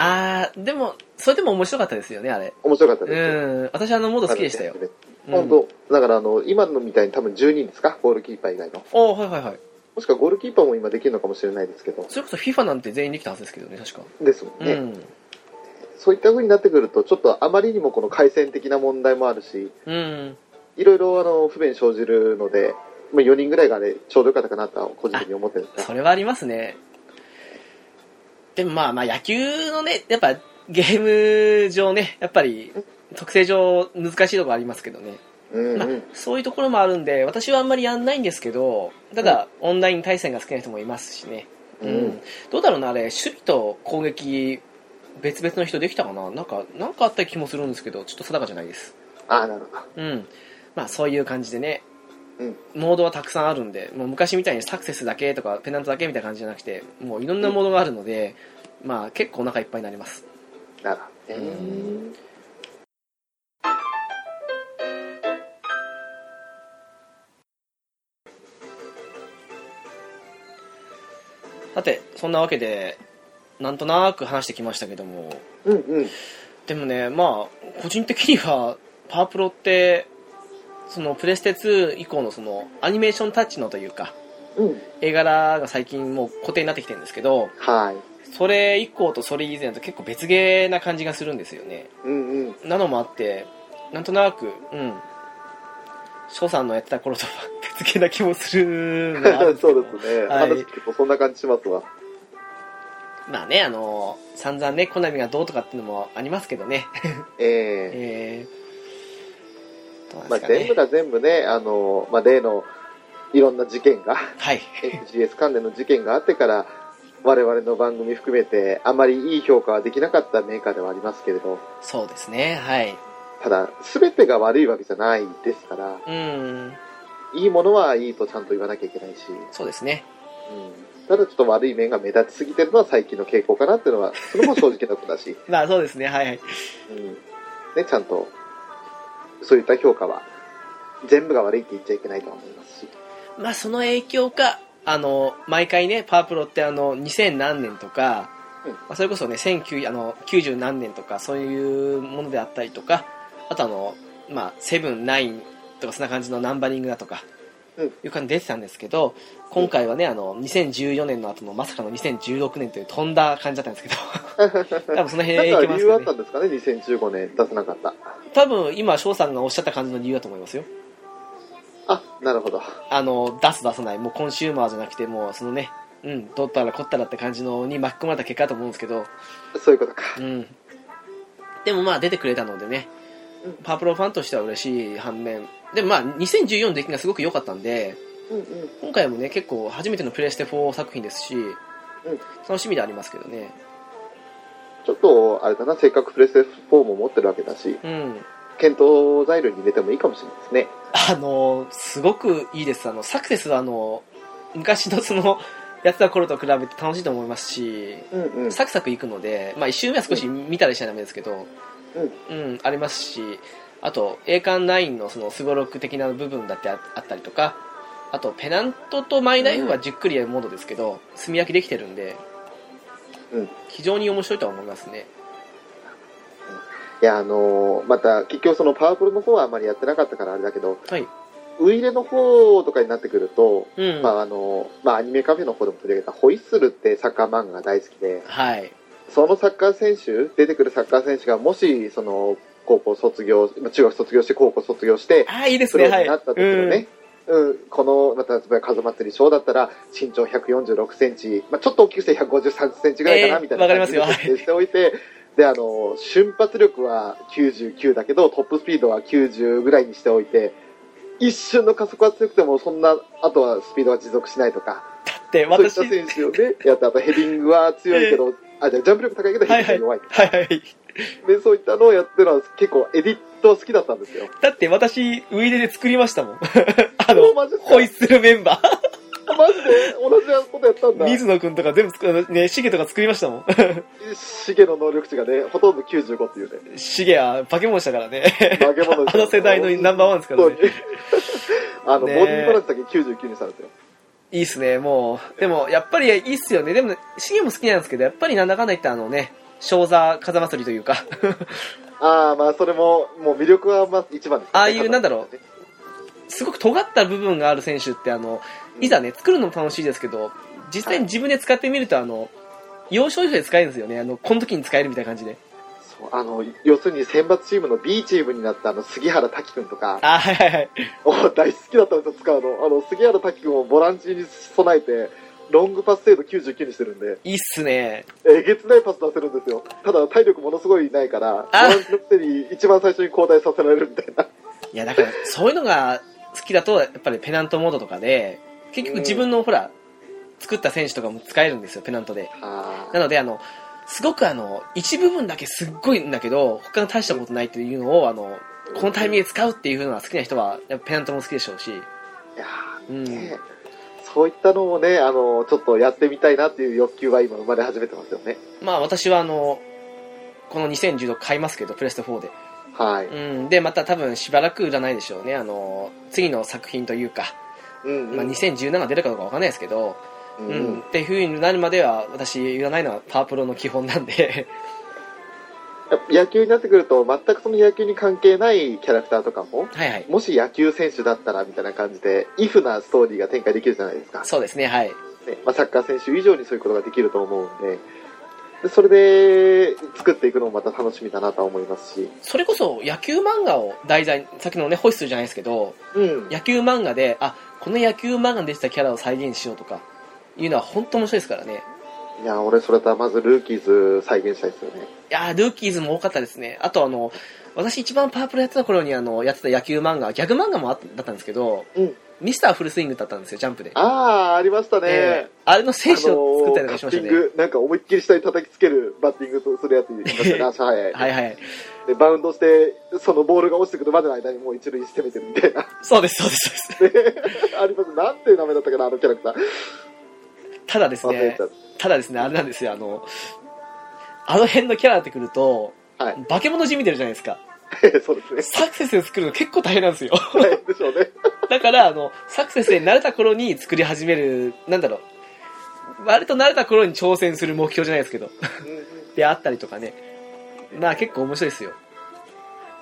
[SPEAKER 1] あー、でも、それでも面白かったですよね、あれ。
[SPEAKER 2] 面白かった
[SPEAKER 1] う
[SPEAKER 2] ですよ。
[SPEAKER 1] ん、私あのモード好きでしたよ。
[SPEAKER 2] あの。本当、だからあの、今のみたいに多分10人ですか、ゴールキーパー以外の。
[SPEAKER 1] おはいはいはい。
[SPEAKER 2] もしくはゴールキーパーも今できるのかもしれないですけど、
[SPEAKER 1] それこそ FIFA なんて全員できたはずですけどね、確か。
[SPEAKER 2] ですもんね。
[SPEAKER 1] うん。
[SPEAKER 2] そういった風になってくると、ちょっとあまりにもこの回線的な問題もあるし、
[SPEAKER 1] うん。
[SPEAKER 2] いろいろあの不便生じるので、まあ、4人ぐらいがね、ちょうどよかったかなとは個人的に思ってるんです
[SPEAKER 1] そ
[SPEAKER 2] が、
[SPEAKER 1] れはありますね。でもまあまあ野球のね、やっぱゲーム上ね、やっぱり特性上難しいところありますけどね。
[SPEAKER 2] うん
[SPEAKER 1] ま
[SPEAKER 2] う
[SPEAKER 1] あ
[SPEAKER 2] ん、
[SPEAKER 1] そういうところもあるんで、私はあんまりやんないんですけど、ただオンライン対戦が好きな人もいますしね。
[SPEAKER 2] う
[SPEAKER 1] うんん。どうだろうな、あれ、守備と攻撃、別々の人できたかななんか、なんかあった気もするんですけど、ちょっと定かじゃないです。
[SPEAKER 2] ああ、なるほど。
[SPEAKER 1] うん、まあそういう感じでね、
[SPEAKER 2] うん
[SPEAKER 1] モードはたくさんあるんで、もう昔みたいにサクセスだけとかペナントだけみたいな感じじゃなくて、もういろんなモードがあるので、まあ結構お腹いっぱいになります。
[SPEAKER 2] なるほどね
[SPEAKER 1] うんさて、そんなわけで、なんとなく話してきましたけども、
[SPEAKER 2] うんうん。
[SPEAKER 1] でもね、まあ、個人的には、パワープロって、そのプレステ2以降のそのアニメーションタッチのというか、
[SPEAKER 2] うん。
[SPEAKER 1] 絵柄が最近もう固定になってきてるんですけど、
[SPEAKER 2] はい。
[SPEAKER 1] それ以降とそれ以前と結構別ゲーな感じがするんですよね。
[SPEAKER 2] うんうん。
[SPEAKER 1] なのもあって、なんとなく、うん、翔さんのやってた頃とは別ゲーな気もするのはあるんですけ
[SPEAKER 2] そ
[SPEAKER 1] ど
[SPEAKER 2] うですね。
[SPEAKER 1] はい
[SPEAKER 2] 話聞くとそんな感じしますわ。
[SPEAKER 1] まあね、あの、散々ね、コナミがどうとかっていうのもありますけど ね。
[SPEAKER 2] え
[SPEAKER 1] え
[SPEAKER 2] え
[SPEAKER 1] ー、どうなん
[SPEAKER 2] ま
[SPEAKER 1] で
[SPEAKER 2] あ
[SPEAKER 1] すかね。
[SPEAKER 2] 全部が全部ね、あの、まあ例のいろんな事件が、
[SPEAKER 1] はい。
[SPEAKER 2] FGS 関連の事件があってから、我々の番組含めて、あまりいい評価はできなかったメーカーではありますけれど、
[SPEAKER 1] そうですね、はい。
[SPEAKER 2] ただ、すべてが悪いわけじゃないですから、
[SPEAKER 1] うん、
[SPEAKER 2] いいものはいいとちゃんと言わなきゃいけないし、うん、
[SPEAKER 1] そうですね。
[SPEAKER 2] ただちょっと悪い面が目立ちすぎてるのは最近の傾向かなっていうのは、それも正直なことだし、
[SPEAKER 1] まあそうですね、はいはい。
[SPEAKER 2] うんね、ちゃんとそういった評価は全部が悪いって言っちゃいけないとは思いますし、
[SPEAKER 1] まあその影響か、あの、毎回ね、パワープロってあの、2000何年とか、
[SPEAKER 2] うん
[SPEAKER 1] まあ、それこそね、19あの90何年とか、そういうものであったりとか、あとあの、まあ、セブン、ナインとか、そんな感じのナンバリングだとか、
[SPEAKER 2] うん
[SPEAKER 1] いう感じで出てたんですけど、今回はね、あの、2014年の後のまさかの2016年という飛んだ感じだったんです けど、多分その辺
[SPEAKER 2] な
[SPEAKER 1] 影響
[SPEAKER 2] んか
[SPEAKER 1] もあ
[SPEAKER 2] 理
[SPEAKER 1] り
[SPEAKER 2] 由あ
[SPEAKER 1] ま
[SPEAKER 2] っ
[SPEAKER 1] す
[SPEAKER 2] た
[SPEAKER 1] よね。
[SPEAKER 2] んですかね、2015年出さなかった。
[SPEAKER 1] 多分今、翔さんがおっしゃった感じの理由だと思いますよ。
[SPEAKER 2] あ、なるほど。
[SPEAKER 1] あの、出す出さない、もうコンシューマーじゃなくて、もうそのね、うん、どったらこったらって感じのに巻き込まれた結果だと思うんですけど、
[SPEAKER 2] そういうことか。
[SPEAKER 1] うん。でもまあ出てくれたのでね
[SPEAKER 2] うん、
[SPEAKER 1] パープロファンとしては嬉しい反面、でもまあ2014の出来がすごく良かったんで、
[SPEAKER 2] うんうん。
[SPEAKER 1] 今回もね、結構初めてのプレイステ4作品ですし、楽しみでありますけどね。
[SPEAKER 2] ちょっと、あれだな、せっかくプレステ4も持ってるわけだし、
[SPEAKER 1] うん。
[SPEAKER 2] 検討材料に入れてもいいかもしれないですね。
[SPEAKER 1] あの、すごくいいです。あの、サクセスはあの、昔のその、やってた頃と比べて楽しいと思いますし、
[SPEAKER 2] うんうん。
[SPEAKER 1] サクサクいくので、まあ、1周目は少し見たりしちゃダメですけど、うんありますしあと栄冠9のそのスゴロク的な部分だってああったりとかあとペナントとマイナイフはじっくりやるものですけど、炭焼きできてるんで
[SPEAKER 2] うんい
[SPEAKER 1] 非常に面白いとは思いますね
[SPEAKER 2] やあのーまた結局そのパワープロの方はあまりやってなかったからあれだけど
[SPEAKER 1] はい
[SPEAKER 2] ウイイレの方とかになってくると、
[SPEAKER 1] うん、
[SPEAKER 2] まああのーまあ、アニメカフェの方でも取り上げたホイッスルってサッカー漫画が大好きで
[SPEAKER 1] はい
[SPEAKER 2] そのサッカー選手出てくるサッカー選手がもしその高校卒業まあ中学卒業して高校卒業して
[SPEAKER 1] ああいいです
[SPEAKER 2] プロ
[SPEAKER 1] ね
[SPEAKER 2] に
[SPEAKER 1] はい
[SPEAKER 2] なった時の
[SPEAKER 1] うん
[SPEAKER 2] ね、うんこの、また、つまり風祭り賞だったら、身長146センチ、まあ、ちょっと大きくして153センチぐらいかな、
[SPEAKER 1] えー
[SPEAKER 2] みたいな
[SPEAKER 1] わかりま
[SPEAKER 2] 感
[SPEAKER 1] す
[SPEAKER 2] じ
[SPEAKER 1] よ
[SPEAKER 2] で設定しておいて、で、あの、瞬発力は99だけど、トップスピードは90ぐらいにしておいて、一瞬の加速は強くても、そんな、あとはスピードは持続しないとか、
[SPEAKER 1] で
[SPEAKER 2] そういっ
[SPEAKER 1] 私
[SPEAKER 2] た選手をね、やって、あとヘディングは強いけど、あ、じゃあジャンプ力高いけどヘディングは弱い。
[SPEAKER 1] はいはい
[SPEAKER 2] で、そういったのをやってるのは、結構エディット好きだったんですよ。
[SPEAKER 1] だって私ウイイレで作りましたもん あ
[SPEAKER 2] お
[SPEAKER 1] の
[SPEAKER 2] マジっすか
[SPEAKER 1] ホイッスルメンバ
[SPEAKER 2] マジで同じことやったん
[SPEAKER 1] ー
[SPEAKER 2] だ。
[SPEAKER 1] 水野くんとか全部作るねシゲとか作りましたもん
[SPEAKER 2] シゲの能力値がね、ほとんど95っていうね、
[SPEAKER 1] シゲは化け物したから ね
[SPEAKER 2] 化け物で す
[SPEAKER 1] あの世代のナンバーワンですから
[SPEAKER 2] そう
[SPEAKER 1] ね
[SPEAKER 2] あの、
[SPEAKER 1] ねえ
[SPEAKER 2] ボディーバランスだけ99にしたんですよ。
[SPEAKER 1] いいっすねもうでもやっぱりいいっすよねでもねシゲも好きなんですけどやっぱりなんだかんだ言ってあのね正座風祭りというか
[SPEAKER 2] ああ、まあ、それも、もう魅力はまず一番です、
[SPEAKER 1] ああいうなんだろすごく尖った部分がある選手ってあのいざね作るのも楽しいですけど実際に自分で使ってみるとあの要所要所で使えるんですよねあのこの時に使えるみたいな感じで
[SPEAKER 2] そうあの、要するに選抜チームの B チームになったあの、杉原滝くんとか、
[SPEAKER 1] あはいはいはい
[SPEAKER 2] お大好きだったんですよ、使うの。あの、杉原滝くんをボランチに備えて、ロングパス精度99にしてるんで、
[SPEAKER 1] いいっすね
[SPEAKER 2] えげつないパス出せるんですよ。ただ、体力ものすごいないから、ボランチのくせに一番最初に交代させられるみたいな。
[SPEAKER 1] いやだからそういうのが好きだとやっぱりペナントモードとかで結局自分のほら作った選手とかも使えるんですよペナントで
[SPEAKER 2] あ
[SPEAKER 1] なの であのすごくあの一部分だけすっごいんだけど他の大したことないっていうのをあのこのタイミングで使うっていうのが好きな人はやっぱペナントも好きでしょうし
[SPEAKER 2] ーいや
[SPEAKER 1] う
[SPEAKER 2] ー
[SPEAKER 1] ん
[SPEAKER 2] ねそういったのをね、あの、ちょっとやってみたいなっていう欲求は今生まれ始めてますよね。
[SPEAKER 1] まあ私はあのこの2016買いますけどプレステ4で、
[SPEAKER 2] はい。
[SPEAKER 1] うん、でまた多分しばらく売らないでしょうねあの次の作品というか、
[SPEAKER 2] うん、うん。
[SPEAKER 1] まあ、2017出るかどうかわかんないですけど、
[SPEAKER 2] う
[SPEAKER 1] うん
[SPEAKER 2] ん。
[SPEAKER 1] っていう風になるまでは私売らないのはパワープロの基本なんで
[SPEAKER 2] 野球になってくると、全くその野球に関係ないキャラクターとかも、
[SPEAKER 1] はいはい
[SPEAKER 2] もし野球選手だったらみたいな感じで、イフなストーリーが展開できるじゃないですか。
[SPEAKER 1] そうですねはい
[SPEAKER 2] ねまあ、サッカー選手以上にそういうことができると思うんで、でそれで作っていくのもまた楽しみだなとは思いますし、
[SPEAKER 1] それこそ野球漫画を題材にさっきのねホイッスルじゃないですけど
[SPEAKER 2] うん。
[SPEAKER 1] 野球漫画であこの野球漫画に出てたキャラを再現しようとかいうのは本当面白いですからね
[SPEAKER 2] いや、俺それとはまずルーキーズ再現したいですよね。
[SPEAKER 1] いやールーキーズも多かったですね。あとあの、私一番パープルやってた頃にあの、やってた野球漫画、ギャグ漫画もあっだったんですけど、
[SPEAKER 2] うん
[SPEAKER 1] ミスターフルスイングだったんですよ、ジャンプで。
[SPEAKER 2] ああ、ありましたね。
[SPEAKER 1] えーあれの選手を作ったりと
[SPEAKER 2] あの
[SPEAKER 1] か
[SPEAKER 2] ー
[SPEAKER 1] しましたね。
[SPEAKER 2] カッティング、なんか思いっきり下に叩きつけるバッティングとするやついましたね、足早い。
[SPEAKER 1] はいはい。
[SPEAKER 2] で、バウンドして、そのボールが落ちてくるまでの間にもう一塁攻めてるみたいな。
[SPEAKER 1] そうです、そうです、そうで
[SPEAKER 2] あります。なんていう名前だったかな、あのキャラクター。
[SPEAKER 1] す。ただです
[SPEAKER 2] 忘れ
[SPEAKER 1] ね
[SPEAKER 2] ちゃ、う
[SPEAKER 1] ただですね、あれなんですよ、あの、あの辺のキャラになってくると、
[SPEAKER 2] はい
[SPEAKER 1] 化け物地味出るじゃないですか。
[SPEAKER 2] そうですね。
[SPEAKER 1] サクセスで作るの結構大変なんですよ。
[SPEAKER 2] 大変でしょうね。
[SPEAKER 1] だから、あの、サクセスに慣れた頃に作り始める、なんだろう、割と慣れた頃に挑戦する目標じゃないですけど。であったりとかね。まあ結構面白いですよ。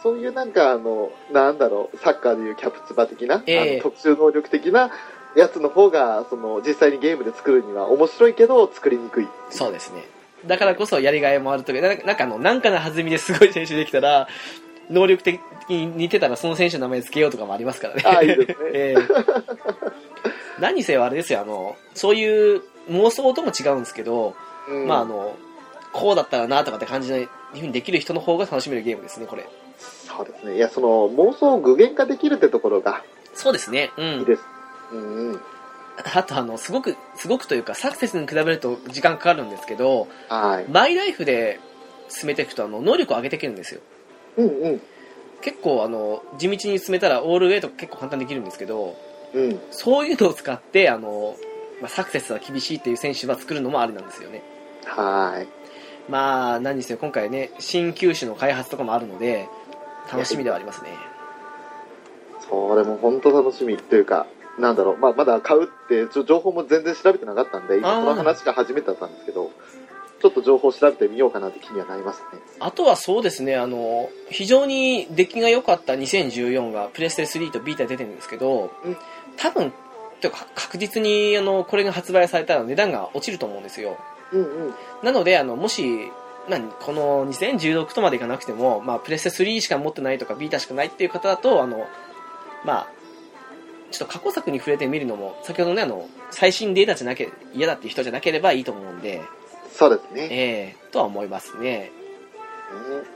[SPEAKER 2] そういうなんか、あの、なんだろう、サッカーでいうキャプツバ的な、
[SPEAKER 1] ええ
[SPEAKER 2] あの特殊能力的なやつの方が、その、実際にゲームで作るには面白いけど、作り にくい。
[SPEAKER 1] そうですね。だからこそやりがいもあるとか、ななんかあの、なんかの弾みですごい選手できたら、能力的に似てたらその選手の名前つけようとかもありますからね。
[SPEAKER 2] ああ、いいですね。
[SPEAKER 1] ええ何せよあれですよ、あの、そういう妄想とも違うんですけど、
[SPEAKER 2] うん
[SPEAKER 1] まああの、こうだったらなとかって感じの、いうふうにできる人の方が楽しめるゲームですね、これ。
[SPEAKER 2] そうですね。いや、その妄想を具現化できるってところが
[SPEAKER 1] そうですね。う
[SPEAKER 2] いい
[SPEAKER 1] ん。
[SPEAKER 2] です。うんうん。
[SPEAKER 1] あとあの、すごく、すごくというか、サクセスに比べると時間かかるんですけど、
[SPEAKER 2] はい。
[SPEAKER 1] マイライフで進めていくとあの能力を上げていけるんですよ
[SPEAKER 2] うんうん。
[SPEAKER 1] 結構あの地道に進めたらオールウェイとか結構簡単にできるんですけど
[SPEAKER 2] うん。
[SPEAKER 1] そういうのを使ってあの、まあ、サクセスは厳しいっていう選手は作るのもありなんですよね
[SPEAKER 2] はい。
[SPEAKER 1] まあ何にせよ今回ね新球種の開発とかもあるので楽しみではありますね
[SPEAKER 2] それも本当楽しみというか、なんだろう、まあ、まだ買うって、ちょ情報も全然調べてなかったんで、今
[SPEAKER 1] あー
[SPEAKER 2] この話が初めてだったんですけど、ちょっと情報を調べてみようかなって気にはなりますね。
[SPEAKER 1] あとはそうですね、あの、非常に出来が良かった2014がプレステ3とビータで出てるんですけど、
[SPEAKER 2] うん
[SPEAKER 1] 多分、というか確実にあのこれが発売されたら値段が落ちると思うんですよ。
[SPEAKER 2] うんうん。
[SPEAKER 1] なので、あのもし、まあ、この2016とまでいかなくても、まあ、プレステ3しか持ってないとかビータしかないっていう方だと、あの、まあ、ちょっと過去作に触れてみるのも、先ほどね、あの、最新データじゃなきゃ嫌だっていう人じゃなければいいと思うんで、
[SPEAKER 2] そうですね。
[SPEAKER 1] ええとは思いますね。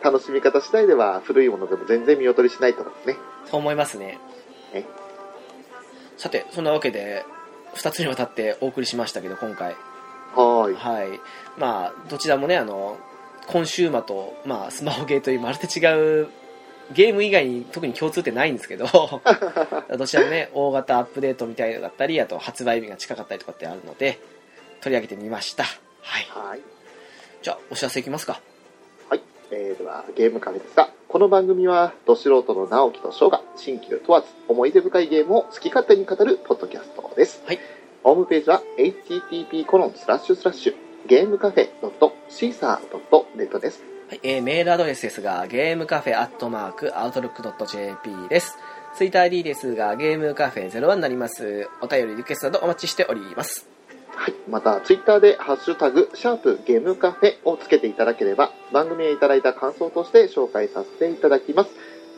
[SPEAKER 2] うん楽しみ方次第では古いものでも全然見劣りしないと思いますね。
[SPEAKER 1] そう思いますね
[SPEAKER 2] はい
[SPEAKER 1] さてそんなわけで2つにわたってお送りしましたけど今回
[SPEAKER 2] はーい。
[SPEAKER 1] はいまあどちらもねあのコンシューマーと、まあ、スマホゲーというまるで違うゲーム以外に特に共通点ないんですけどどちらもね大型アップデートみたいなのだったりあと発売日が近かったりとかってあるので取り上げてみましたはい
[SPEAKER 2] はい。
[SPEAKER 1] じゃあお知らせいきますか
[SPEAKER 2] はい。えー、では、ゲームカフェでした。この番組は、ど素人の直樹と翔が、新旧問わず、思い出深いゲームを好き勝手に語るポッドキャストです。
[SPEAKER 1] はい。
[SPEAKER 2] ホームページは、http コロンスラッシュスラッシュ、ゲームカフェ .caesar.net です。
[SPEAKER 1] はいえーメールアドレスですが、ゲームカフェアットマーク、アウトロック .jp です。ツイッター ID ですが、ゲームカフェ01になります。お便り、リクエストなどお待ちしております。
[SPEAKER 2] はい。また、ツイッターで、ハッシュタグ、シャープゲームカフェをつけていただければ、番組へいただいた感想として紹介させていただきます。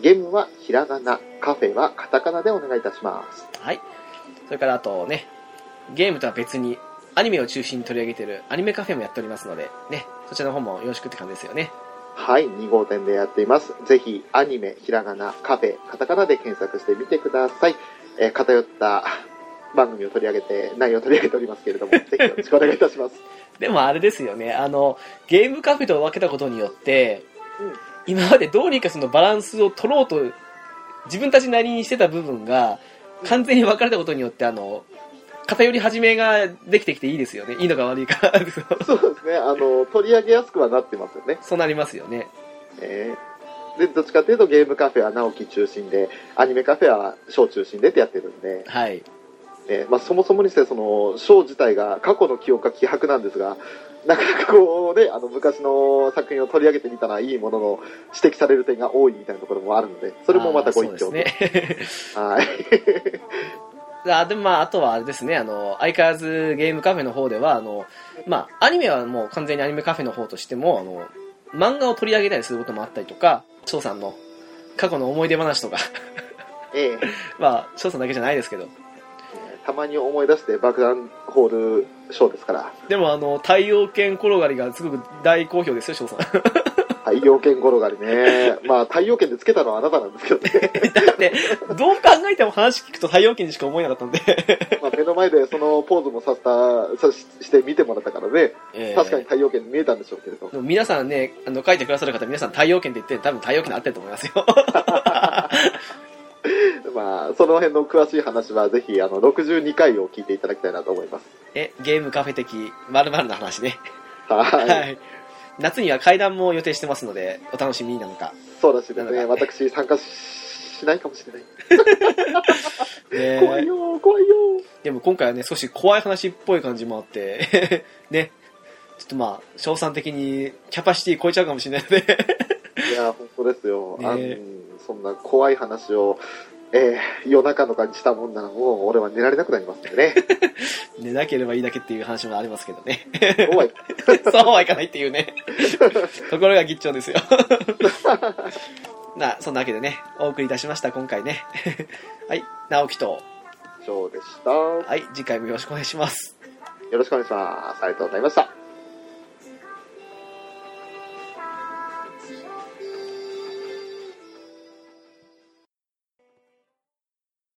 [SPEAKER 2] ゲームはひらがな、カフェはカタカナでお願いいたします。
[SPEAKER 1] はい。それからあとね、ゲームとは別に、アニメを中心に取り上げているアニメカフェもやっておりますので、ね、そちらの方もよろしくって感じですよね。
[SPEAKER 2] はい、2号店でやっています。ぜひ、アニメ、ひらがな、カフェ、カタカナで検索してみてください。えー偏った番組を取り上げて、内容を取り上げておりますけれども、ぜひよろしくお願いいたします。
[SPEAKER 1] でもあれですよね、あの、ゲームカフェと分けたことによって、
[SPEAKER 2] うん
[SPEAKER 1] 今までどうにかそのバランスを取ろうと、自分たちなりにしてた部分が、完全に分かれたことによって、あの、偏り始めができてきていいですよね。いいのか悪いか。 そう
[SPEAKER 2] そうですね、あの、取り上げやすくはなってますよね。
[SPEAKER 1] そうなりますよね。
[SPEAKER 2] えーで、どっちかというと、ゲームカフェは直樹中心で、アニメカフェは翔中心でってやってるんで、
[SPEAKER 1] はい。
[SPEAKER 2] えーまあ、そもそもにして、その、翔自体が過去の記憶が希薄なんですが、なかなかこうね、あの昔の作品を取り上げてみたらいいものの指摘される点が多いみたいなところもあるので、それもまたご一
[SPEAKER 1] あーそ
[SPEAKER 2] 挙
[SPEAKER 1] うですね。
[SPEAKER 2] はい。
[SPEAKER 1] あでもまあ、あとはあれですね、あの、相変わらずゲームカフェの方では、あの、まあ、アニメはもう完全にアニメカフェの方としても、あの、漫画を取り上げたりすることもあったりとか、翔さんの過去の思い出話とか、
[SPEAKER 2] えー
[SPEAKER 1] まあ、翔さんだけじゃないですけど、
[SPEAKER 2] たまに思い出して爆弾ホールショーですから、
[SPEAKER 1] でもあの、太陽圏転がりがすごく大好評ですよ、翔さん。 だ
[SPEAKER 2] 太陽圏転がりね。まあ、太陽圏でつけたのはあなたなんですけどね。
[SPEAKER 1] って、どう考えても話聞くと太陽圏にしか思えなかったんで。
[SPEAKER 2] まあ、目の前でそのポーズもさせた、さしして見てもらったからね、確かに太陽圏に見えたんでしょうけれど。
[SPEAKER 1] でも皆さんね、あの書いてくださる方、皆さん太陽圏って言って、多分太陽圏で合ってると思いますよ。
[SPEAKER 2] まあ、その辺の詳しい話はぜひ、あの、62回を聞いていただきたいなと思います。
[SPEAKER 1] え、ゲームカフェ的〇〇の話ね。
[SPEAKER 2] はい。
[SPEAKER 1] はい。夏には階段も予定してますので、お楽しみなのか。
[SPEAKER 2] そうらしいです
[SPEAKER 1] な
[SPEAKER 2] ね。
[SPEAKER 1] んか
[SPEAKER 2] 私、参加ししないかもしれない。
[SPEAKER 1] ね
[SPEAKER 2] 怖いよー、怖いよー。
[SPEAKER 1] でも今回はね、少し怖い話っぽい感じもあって、 ね。ちょっとまあ、賞賛的にキャパシティ超えちゃうかもしれないので。
[SPEAKER 2] いやー、本当ですよ。
[SPEAKER 1] ね
[SPEAKER 2] あのそんな怖い話を、えー夜中とかにしたもんならもう俺は寝られなくなります よね。
[SPEAKER 1] 寝なければいいだけっていう話もありますけどね。
[SPEAKER 2] 怖い。
[SPEAKER 1] そうはいかないっていうね。 ところがギッチョンですよ。 な、そんなわけでね、お送りいたしました、今回ね。 はい、直樹と、
[SPEAKER 2] 以上でした。よ
[SPEAKER 1] はい、次回もよろしくお願いします。
[SPEAKER 2] ろしくお願いします。ありがとうございました。